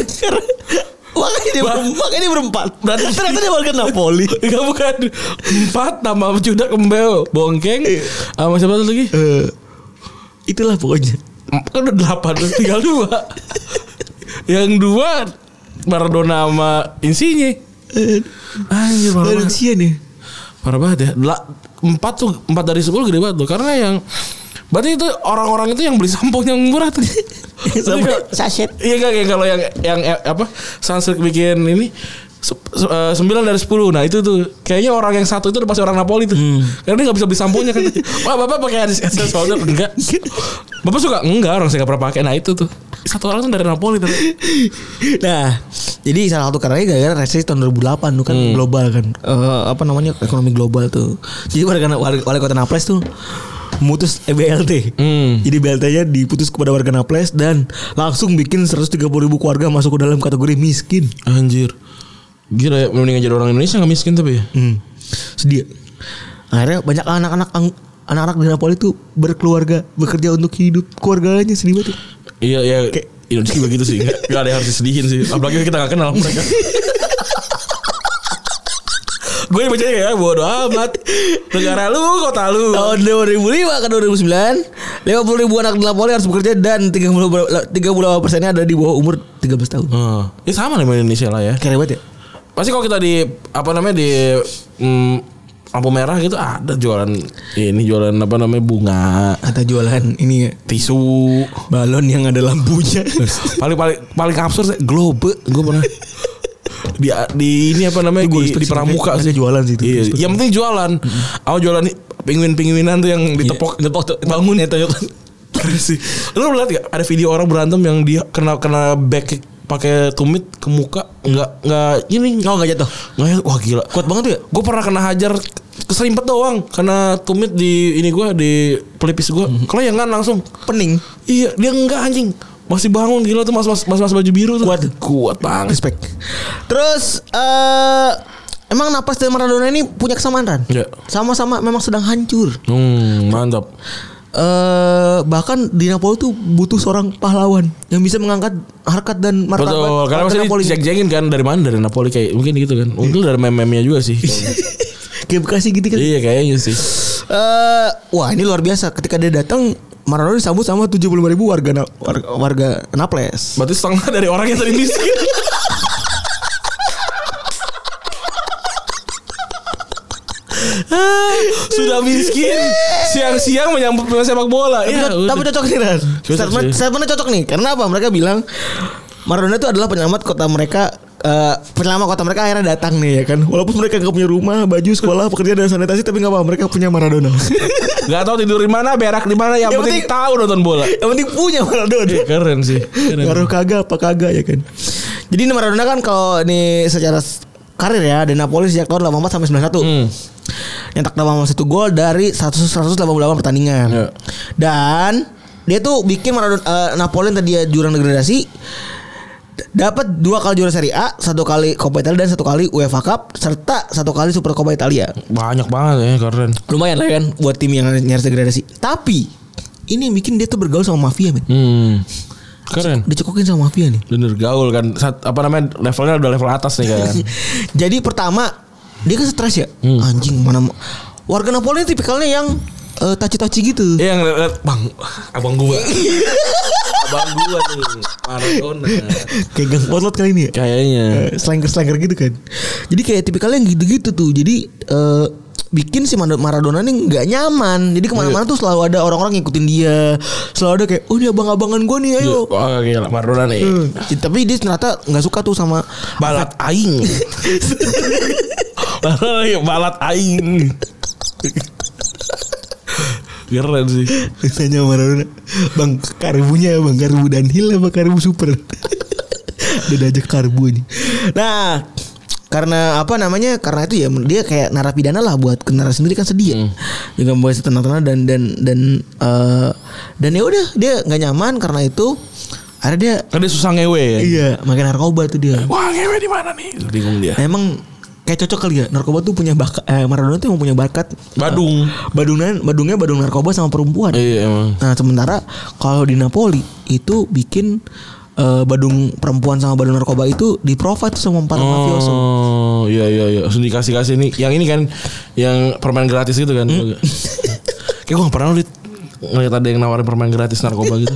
makanya dia, Bah- berem- makanya dia berempat. Berarti- ternyata dia warga Napoli. Enggak bukan empat tambah sudah kembel bongkeng sama siapa satu lagi? Eh, itulah pokoknya. Kan udah delapan tinggal dua. Yang dua Maradona sama Insigne. Eh, Anjir parah banget. Manusia nih. Parah banget ya. Lah, empat tuh empat dari sepuluh gede banget tuh. Karena yang berarti itu orang-orang itu yang beli sampo yang murah tadi. Sampai Tapi kalau- saset. Iya kan ya kalau yang yang eh, apa sunsilk bikin ini se- se- eh, sembilan dari sepuluh nah itu tuh kayaknya orang yang satu itu udah pasti orang Napoli tuh karena dia nggak bisa beli samponya kan wah bapak pakai SS soalnya enggak bapak suka enggak orang saya nggak pernah pakai nah itu tuh satu orang tuh dari Napoli tuh Nah, jadi salah satu karenanya gara-gara resesi tahun 2008 tuh kan global kan. Eh, apa namanya? ekonomi global tuh. Jadi warga warga- wali kota Naples tuh memutus eh, BLT. Hmm. Jadi BLT-nya diputus kepada warga Naples dan langsung bikin 130 ribu keluarga masuk ke dalam kategori miskin. anjir gila ya mendingan jadi orang Indonesia nggak miskin tapi ya Hmm. Sedih. Akhirnya banyak anak-anak ang- anak-anak di Napoli tuh berkeluarga, bekerja untuk hidup keluarganya sedih banget. tuh. Iya ya Indonesia juga gitu sih Gak, ada yang harus disedihin sih Apalagi kita gak kenal mereka Gue dibacanya kayak bodo amat Negara lu kota lu Tahun 2005 ke 2009 50 ribu anak di Napoli harus bekerja Dan 30, ber- 38 persennya ada di bawah umur 13 tahun Hmm. Ya sama lah sama Indonesia lah ya Keren banget ya Pasti kalau kita di Apa namanya di mm, Lampu merah gitu ada jualan Ini jualan apa namanya bunga Atau jualan ini ya Tisu Balon yang ada lampunya Paling paling paling absurd sih, Globe Gue pernah di, di ini apa namanya Itu gua di, respect di sih, pramuka mereka sih jualan sih itu. iya, Respect. yang penting jualan aku jualan penguin-penguinan tuh yang ditepok Tepok tuh bangun ya Keren sih. Lu lihat gak ada video orang berantem yang dia kena kena back kick pakai tumit ke muka nggak nggak ini Oh gak jatuh nggak wah gila Kuat banget tuh ya gue pernah kena hajar keserimpet doang karena tumit di ini gua di pelipis gua Mm-hmm. kelayangan langsung Pening iya dia enggak anjing masih bangun gila tuh mas mas mas, mas baju biru tuh Kuat. kuat banget Respect Terus eh Emang Napas dan Maradona ini punya kesamaan Ran? Iya. Sama-sama memang sedang hancur hmm mantap eh Bahkan di Napoli tuh butuh seorang pahlawan Yang bisa mengangkat harkat dan martabat Betul, karena warga pasti Napoli. Iya. dijeng-jengin kan dari mana dari Napoli kayak mungkin gitu kan. Mungkin dari meme-memenya juga sih. Kayak Bekasi gitu kan iya kayaknya sih. Eh, wah ini luar biasa. Ketika dia datang, Maradona disambut sama 75 ribu warga Na- warga, warga Naples. Berarti setengah dari orang yang tadi miskin. Ah, Sudah miskin siang-siang menyambut pemain sepak bola. Tapi Iya, co- udah. tapi cocok nih Ran. Cocok Statement, sih. statementnya cocok nih. Karena apa? Mereka bilang Maradona itu adalah penyelamat kota mereka. eh, penyelamat kota mereka akhirnya datang nih ya kan. Walaupun mereka nggak punya rumah, baju, sekolah, pekerjaan dan sanitasi, tapi nggak apa. Mereka punya Maradona. Gak tahu tidur di mana, berak di mana, yang, Yang penting, penting- tahu nonton bola. Yang penting punya Maradona. Iya, keren sih. Keren. Ngaruh kagak apa kagak ya kan. Jadi ini Maradona kan kalau ini secara s- karir ya dan Napoli sejak tahun 84 sampai 91. Hmm. Nyetak 81 gol dari 100 188 pertandingan. Iya. Dan dia tuh bikin Maradona eh, Napoli yang tadi dia jurang degradasi d- dapat dua kali juara Serie A, satu kali Coppa Italia dan satu kali UEFA Cup serta satu kali Super Coppa Italia. Banyak banget ya, keren. Lumayan lah kan buat tim yang nyaris degradasi. Tapi ini yang bikin dia tuh bergaul sama mafia, men. Hmm. Keren. Dicekokin sama mafia nih. Bener gaul kan Sat- apa namanya levelnya udah level atas nih kan Jadi pertama dia kan stres ya. Anjing mana mau- warga Napoli tipikalnya yang eh, taci-taci gitu. Iya yang liat bang abang gua abang gua nih Maradona Kayak gang potlot kali ini ya. kayaknya Eh, Slanger-slanger gitu kan. Jadi kayak tipikalnya yang gitu-gitu tuh. Jadi eh, bikin si Mar- Maradona nih nggak nyaman. Jadi Iya. kemana-mana tuh selalu ada orang-orang ngikutin dia. Selalu ada kayak, oh ini abang-abangan gue nih, ayo. Wah gila Maradona nih Eh, Tapi dia ternyata nggak suka tuh sama balat aing Maradona nih, Hmm. balat aing keren sih Tanya Maradona Bang karibunya bang Karibu Danhil apa karibu super Dadajak karbu ini. Nah, karena apa namanya? Karena itu ya dia kayak narapidana lah buat ke sendiri kan sedih ya. Dengan membuat tenang-tenang dan dan dan eh, dan ya udah dia nggak nyaman karena itu ada dia Kan dia susah ngewe ya. iya makin narkoba tuh dia. Wah ngewe di mana nih? Bingung dia. Nah, emang kayak cocok kali ya narkoba tuh punya bakat eh, Maradona tuh emang punya bakat Badung. badunan badungnya badung narkoba sama perempuan. Iya emang. Nah sementara kalau di Napoli itu bikin eh, badung perempuan sama badung narkoba itu di profit sama empat mafioso. Oh iya iya iya Langsung dikasih kasih nih Yang ini kan Yang permen gratis gitu kan Hmm. Kayak gue gak pernah liat Ngeliat ada yang nawarin permen gratis narkoba gitu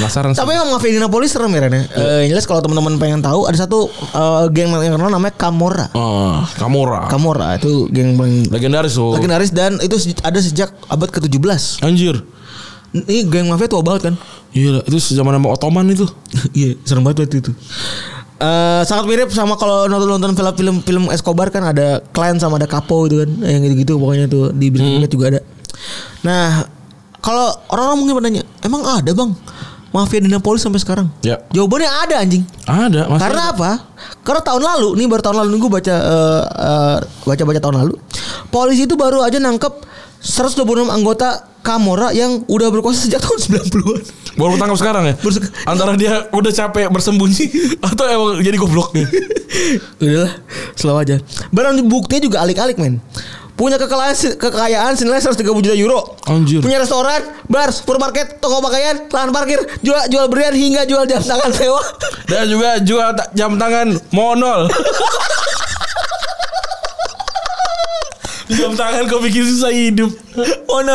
Penasaran sih Tapi emang mafia di Napoli serem ya Ren, ya? Eh, yang jelas kalau teman-teman pengen tahu ada satu eh, geng yang terkenal namanya Camorra. Oh Kamora Camorra itu geng paling Legendaris tuh legendaris dan itu se- ada sejak abad ke-17. Anjir Ini geng mafia tua banget kan? Iya itu zaman nama Ottoman itu Iya, serem banget waktu itu. Eh sangat mirip sama kalau nonton nonton film film film Escobar kan ada Clan sama ada Capo itu kan yang gitu gitu pokoknya tuh di Breaking Bad juga ada. Nah kalau orang-orang mungkin bertanya emang ada bang mafia di Napoli sampai sekarang? Ya. Jawabannya ada anjing. Ada masih Karena ada. apa? Karena tahun lalu nih baru tahun lalu nih gue baca eh, eh, baca-baca tahun lalu polisi itu baru aja nangkep 126 anggota Kamora yang udah berkuasa sejak tahun 90-an. Baru ketangkap sekarang ya Antara dia udah capek bersembunyi Atau emang jadi goblok gitu? Udahlah, slow aja. Barang buktinya juga alik-alik, men. Punya kekayaan kekayaan senilai 130 juta euro. Anjir. Punya restoran, bar, supermarket, toko pakaian, lahan parkir, jual jual brand hingga jual jam tangan mewah. Dan juga jual ta- jam tangan monol. jam tangan kau bikin susah hidup. Oh, no.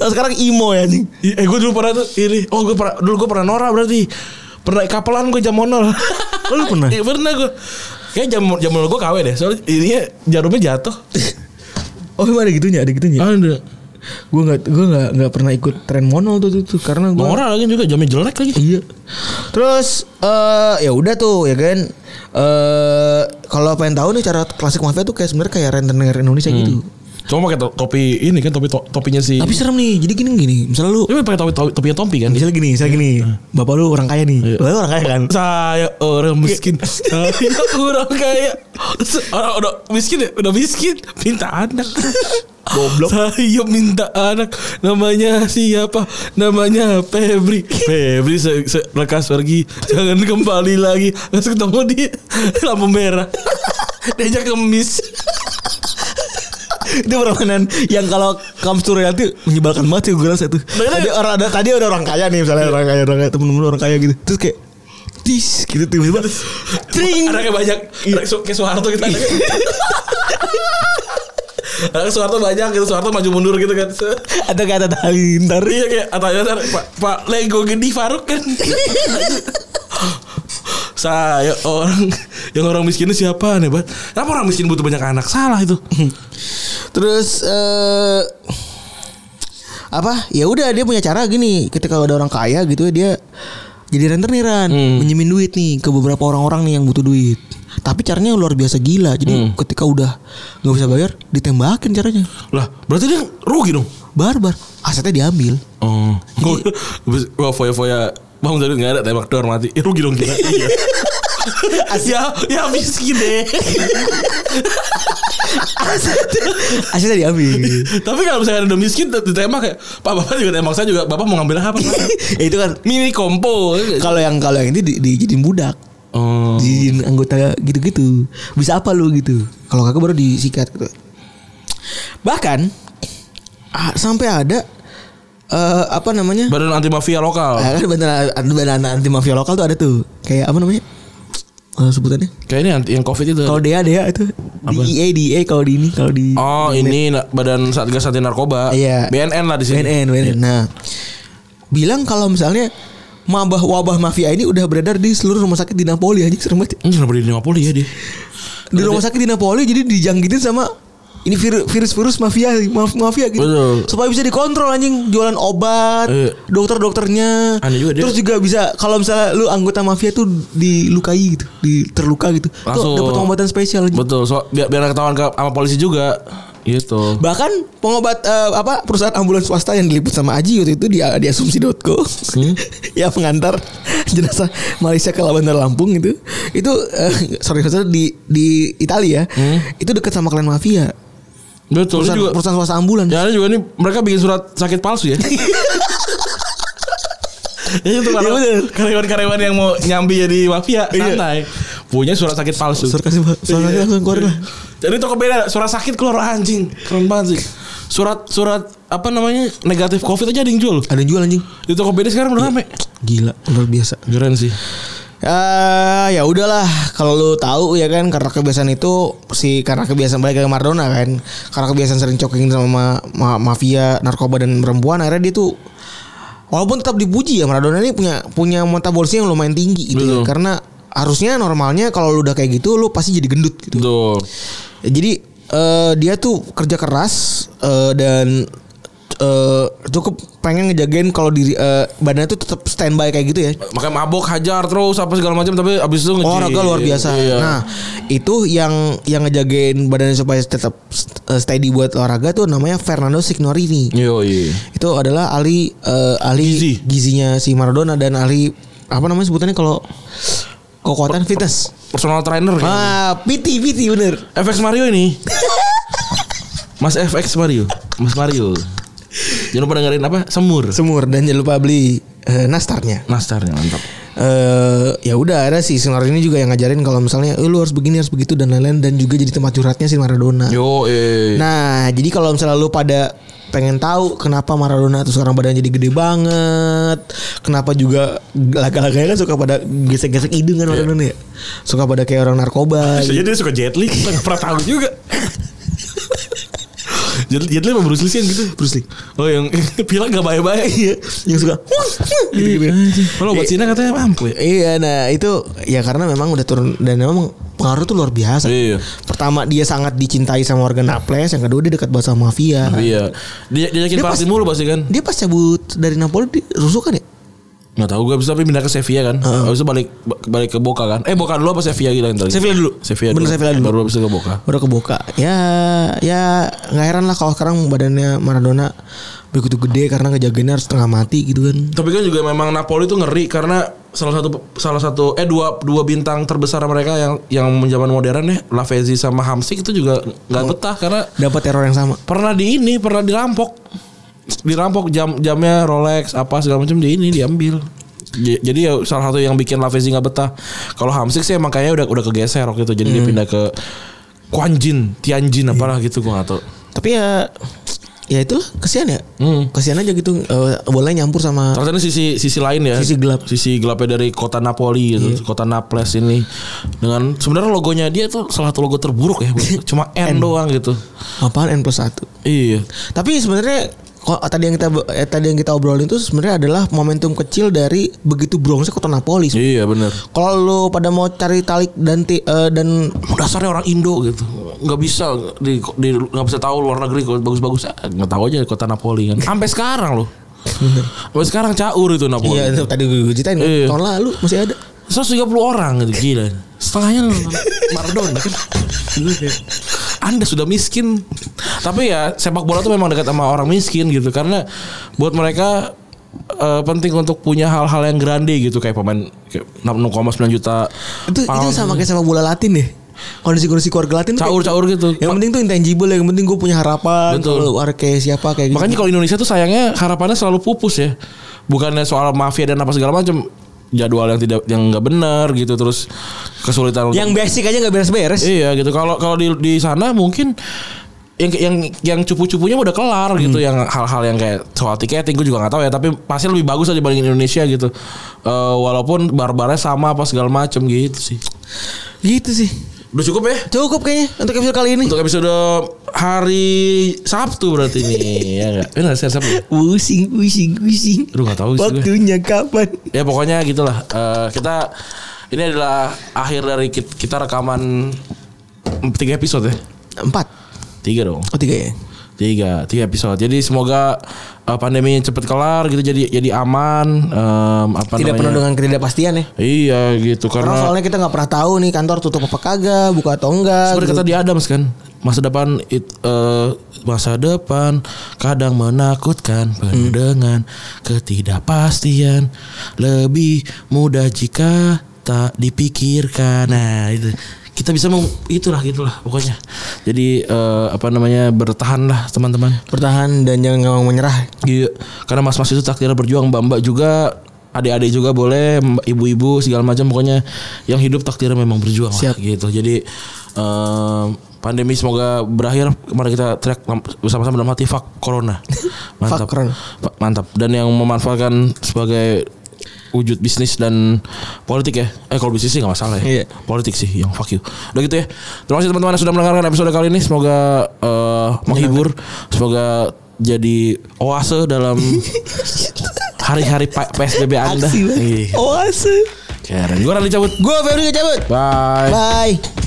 Nah, sekarang imo ya anjing. Ih, Eh gue dulu pernah tuh ini. Oh gue pernah dulu gue pernah Nora berarti. Pernah kapelan gue jam monol. Oh, lu pernah? Iya pernah gue. Kayak jam jam monol gue KW deh. Soalnya ininya jarumnya jatuh. Oh, emang ada gitunya, ada gitunya. Iya. Ada. Gue nggak gue nggak nggak pernah ikut tren monol tuh tuh, tuh. karena gue Nora lagi juga jamnya jelek lagi. Iya. Terus eh ya udah tuh ya kan. Eh kalau pengen tahu nih cara klasik mafia tuh kayak sebenarnya kayak rentenir Indonesia gitu. Cuma pakai to- topi ini kan topi to- topinya si. Tapi serem nih. Jadi gini gini. Misalnya lu Tapi pakai topi, topi topinya Tompi kan. misalnya gini, misalnya gini. Bapak lu orang kaya nih. Iya. Bapak lu orang kaya kan. saya orang miskin saya kurang kaya orang udah miskin ya udah miskin minta anak Goblok. saya minta anak namanya siapa namanya Febri Febri se- se- lekas pergi jangan kembali lagi terus ketemu di lampu merah diajak kemis Itu permainan yang kalau comes to reality menyebalkan banget sih gue rasa tuh. Tadi orang ada tadi ada orang kaya Iya. nih misalnya orang kaya orang kaya temen-temen lu orang kaya gitu. Terus kayak tis gitu tiba-tiba. Tring. ada kayak banyak Iya. ada su- kayak Soeharto gitu ada kayak- ada kayak Soeharto banyak gitu Soeharto maju mundur gitu kan Atau kayak ada halilintar. Iya kayak atanya ntar Pak Pak Lego Gedi Faruk kan. Saya orang yang orang miskinnya siapa nih, Bang? Kenapa orang miskin butuh banyak anak? Salah itu. Terus eh apa? Ya udah dia punya cara gini. Ketika ada orang kaya gitu dia jadi renteniran, minjemin duit nih ke beberapa orang-orang nih yang butuh duit. Tapi caranya luar biasa gila. Jadi ketika udah nggak bisa bayar, ditembakin caranya. Lah, berarti dia rugi dong. Barbar, asetnya diambil. Oh. Gua foya-foya Bang jadi nggak ada tembak dor mati. Eh, rugi dong kita. Iya. ya, ya miskin deh. Asetnya, asetnya diambil. Tapi kalau misalnya udah miskin ditembak kayak Pak Bapak juga tembak saya juga Bapak mau ngambil apa? Pak?" ya itu kan Mini kompo. kalau yang kalau yang itu di, dijadiin budak. Oh. Dijadiin anggota gitu-gitu. Bisa apa lu gitu. Kalau kagak baru disikat gitu. Bahkan ah, sampai ada eh, apa namanya? Badan anti mafia lokal. Ah, Kan beneran beneran anti mafia lokal tuh ada tuh. Kayak apa namanya? Eh, sebutannya. Kayak ini anti yang Covid itu. Kalau DEA DEA itu DEA DEA kalau di ini kalau di Oh ini na- badan satgas anti narkoba. Iya. BNN lah di sini. Iya. BNN, BNN. Nah, bilang kalau misalnya mabah wabah mafia ini udah beredar di seluruh rumah sakit di Napoli anjing serem banget. ya. Ini kenapa di Napoli ya dia? di rumah sakit di Napoli jadi dijangkitin sama ini vir- virus-virus mafia maf- mafia gitu Betul. supaya bisa dikontrol anjing jualan obat Iya. dokter-dokternya Aneh juga dia. terus juga bisa kalau misalnya lu anggota mafia tuh dilukai gitu di terluka gitu Langsung. tuh dapat pengobatan spesial anjing. Betul. So, biar, biar ketahuan ke sama polisi juga. Gitu. bahkan pengobat eh, apa perusahaan ambulans swasta yang diliput sama Aji waktu itu di di asumsi.co Hmm. Ya, yang mengantar jenazah Malaysia ke Bandar Lampung itu Itu eh, sorry sorry di di Italia Hmm? itu dekat sama klan mafia. Betul. Ini Perusahaan, juga, perusahaan swasta ambulan. ya ini juga nih mereka bikin surat sakit palsu ya. Ini untuk Iya, bener. karyawan- karyawan-karyawan yang mau nyambi jadi mafia santai. Punya surat sakit palsu. Surat kasih surat kasih langsung keluar lah. Jadi toko beda surat sakit keluar anjing. Keren banget sih. Surat surat apa namanya negatif covid aja ada yang jual. Ada yang jual anjing. Di toko beda sekarang udah rame. Gila, luar biasa. Iya. Keren sih. Eh ya udahlah kalau lu tahu ya kan karena kebiasaan itu si karena kebiasaan balik ke Maradona kan karena kebiasaan sering coking sama ma- ma- mafia narkoba dan perempuan akhirnya dia tuh walaupun tetap dipuji ya Maradona ini punya punya metabolisme yang lumayan tinggi gitu ya. Betul. karena harusnya normalnya kalau lu udah kayak gitu lu pasti jadi gendut gitu Betul. Ya, jadi eh, dia tuh kerja keras eh, dan eh, cukup pengen ngejagain kalau diri eh, badannya tuh tetap standby kayak gitu ya Makanya mabok hajar terus apa segala macam tapi abis itu nge-gym. olahraga luar biasa. Iya. Nah, itu yang yang ngejagain badannya supaya tetap st- eh, steady buat olahraga tuh namanya Fernando Signorini. Yo, iya. Itu adalah ahli eh, ahli Gizi. gizinya si Maradona dan ahli apa namanya sebutannya kalau kekuatan fitness. Personal trainer. kan. Ah, piti piti bener. FX Mario ini. Mas FX Mario. Mas Mario. Jangan lupa dengerin apa? Semur. Semur dan jangan lupa beli eh, nastarnya. Nastarnya mantap. eh ya udah ada si Signorini juga yang ngajarin kalau misalnya eh, lu harus begini harus begitu dan lain-lain dan juga jadi tempat curhatnya si Maradona. Yo, eh. Nah, jadi kalau misalnya lu pada pengen tahu kenapa Maradona tuh sekarang badannya jadi gede banget, kenapa juga laga-laganya kan suka pada gesek-gesek hidung Iya. kan Maradona ya, suka pada kayak orang narkoba. Bisa jadi gitu. dia suka jet lag, kita nggak pernah tahu juga. jet, jet lag sama Bruce Lee sih yang gitu. Bruce Lee. Oh yang pilak gak baik-baik. Iya. yang suka gitu-gitu. Kalau obat Cina katanya mampu ya. Iya, nah itu ya karena memang udah turun dan memang pengaruh tuh luar biasa. Iya. Pertama dia sangat dicintai sama warga Naples, yang kedua dia dekat banget sama mafia. Iya. Dia diajakin Dia party pas- mulu pasti kan. Dia pas cabut dari Napoli di- rusuh kan ya? Nggak tahu gue bisa tapi pindah ke Sevilla kan. Habis itu balik balik ke Boca kan. Eh Boca dulu apa Sevilla gitu kan tadi? Sevilla dulu. Sevilla Eh, Bener, Sevilla dulu. Baru habis itu ke Boca. Udah keboka Ya Ya nggak heran lah Kalau sekarang badannya Maradona Begitu gede Karena ngejagainnya harus setengah mati gitu kan Tapi kan juga memang Napoli itu ngeri karena salah satu salah satu eh dua dua bintang terbesar mereka yang yang zaman modern ya Lavezzi sama Hamsik itu juga Oh. nggak betah karena Dapat teror yang sama pernah di ini pernah dirampok dirampok jam jamnya Rolex apa segala macam di ini diambil J- jadi ya salah satu yang bikin Lavezzi nggak betah kalau Hamsik sih emang kayaknya udah udah kegeser waktu itu jadi dia Hmm. pindah ke Kuanjin Tianjin Iya. apalah gitu gua nggak tahu Tapi ya Ya itulah Kesian ya Hmm. Kesian aja gitu eh, Bolanya nyampur sama Terus ini sisi sisi lain ya. Sisi gelap. Iya. Sisi gelapnya dari kota Napoli gitu, kota Naples ini. Dengan sebenarnya logonya dia tuh salah satu logo terburuk ya. buat- Cuma N, doang gitu. Apaan N plus 1 Iya. Tapi sebenarnya kalau tadi yang kita eh, tadi yang kita obrolin itu sebenarnya adalah momentum kecil dari begitu brongsnya kota Napoli. Iya benar. Kalau lu pada mau cari talik dan ti- eh, dan Dasarnya orang Indo gitu. nggak bisa di, di nggak bisa tahu luar negeri kalau bagus-bagus. Ah, nggak tahu aja kota Napoli kan. Sampai sekarang loh. Sampai sekarang caur itu Napoli. Iya itu tadi gue ceritain kan? Iya. tahun lalu masih ada. 130 orang gitu gila. Setengahnya Maradona kan. Gila, Iya. kayak, Anda sudah miskin. Tapi ya sepak bola tuh memang dekat sama orang miskin gitu karena buat mereka eh, penting untuk punya hal-hal yang grande gitu kayak pemain kayak 6,9 juta Itu itu pound. sama kayak sama bola Latin deh. Kondisi-kondisi keluarga Latin tuh kayak- caur-caur gitu. Yang penting tuh intangible, yang penting gue punya harapan. Betul. Kalau ada kayak siapa kayak gitu. Makanya kalau Indonesia tuh sayangnya harapannya selalu pupus ya. Bukannya soal mafia dan apa segala macam jadwal yang tidak yang nggak benar gitu terus kesulitan untuk- yang basic aja nggak beres-beres. Iya gitu. Kalau kalau di di sana mungkin yang yang yang cupu-cupunya udah kelar gitu yang hal-hal yang kayak soal tiketing gue juga nggak tahu ya tapi pasti lebih bagus aja dibandingin Indonesia gitu Eh, walaupun barbarnya sama apa segala macem gitu sih Gitu sih. udah cukup ya Cukup kayaknya untuk episode kali ini. untuk episode hari Sabtu berarti nih ya nggak benar sih hari Sabtu ya? Pusing, pusing, pusing. Aduh, nggak tahu sih gue. Waktunya kapan? ya pokoknya gitulah Eh, kita ini adalah akhir dari kit- kita rekaman tiga episode ya Empat. tiga dong Oh tiga ya. tiga tiga episode jadi semoga eh, pandeminya cepet kelar gitu jadi jadi aman em, apa Tidak penuh namanya dengan ketidakpastian ya. iya gitu Karena karena soalnya kita nggak pernah tahu nih kantor tutup apa kagak, buka atau enggak. seperti kata di Adams kan masa depan it- eh, masa depan kadang menakutkan penuh dengan ketidakpastian lebih mudah jika tak dipikirkan. Nah, itu kita bisa mau itulah gitulah pokoknya. Jadi eh, apa namanya bertahanlah teman-teman. Bertahan dan jangan gampang menyerah. Iya, karena mas-mas itu takdir berjuang, mbak-mbak juga, adik-adik juga boleh, mbak- ibu-ibu segala macam pokoknya yang hidup takdirnya memang berjuang lah, gitu. Jadi em, pandemi semoga berakhir. Kemarin kita teriak lam- bersama-sama dalam hati fuck corona. Mantap. Fuck corona. Fa- Mantap. Dan yang memanfaatkan sebagai wujud bisnis dan politik ya. Eh kalau bisnis sih nggak masalah ya. Iya. Politik sih yang fuck you. Udah gitu ya. Terima kasih teman-teman yang sudah mendengarkan episode kali ini. Semoga eh, menghibur, semoga jadi oase dalam hari-hari pa- PSBB Anda. Iya. Oase. Keren. Gue Randy cabut. Gue Febri ngecabut. Bye. Bye.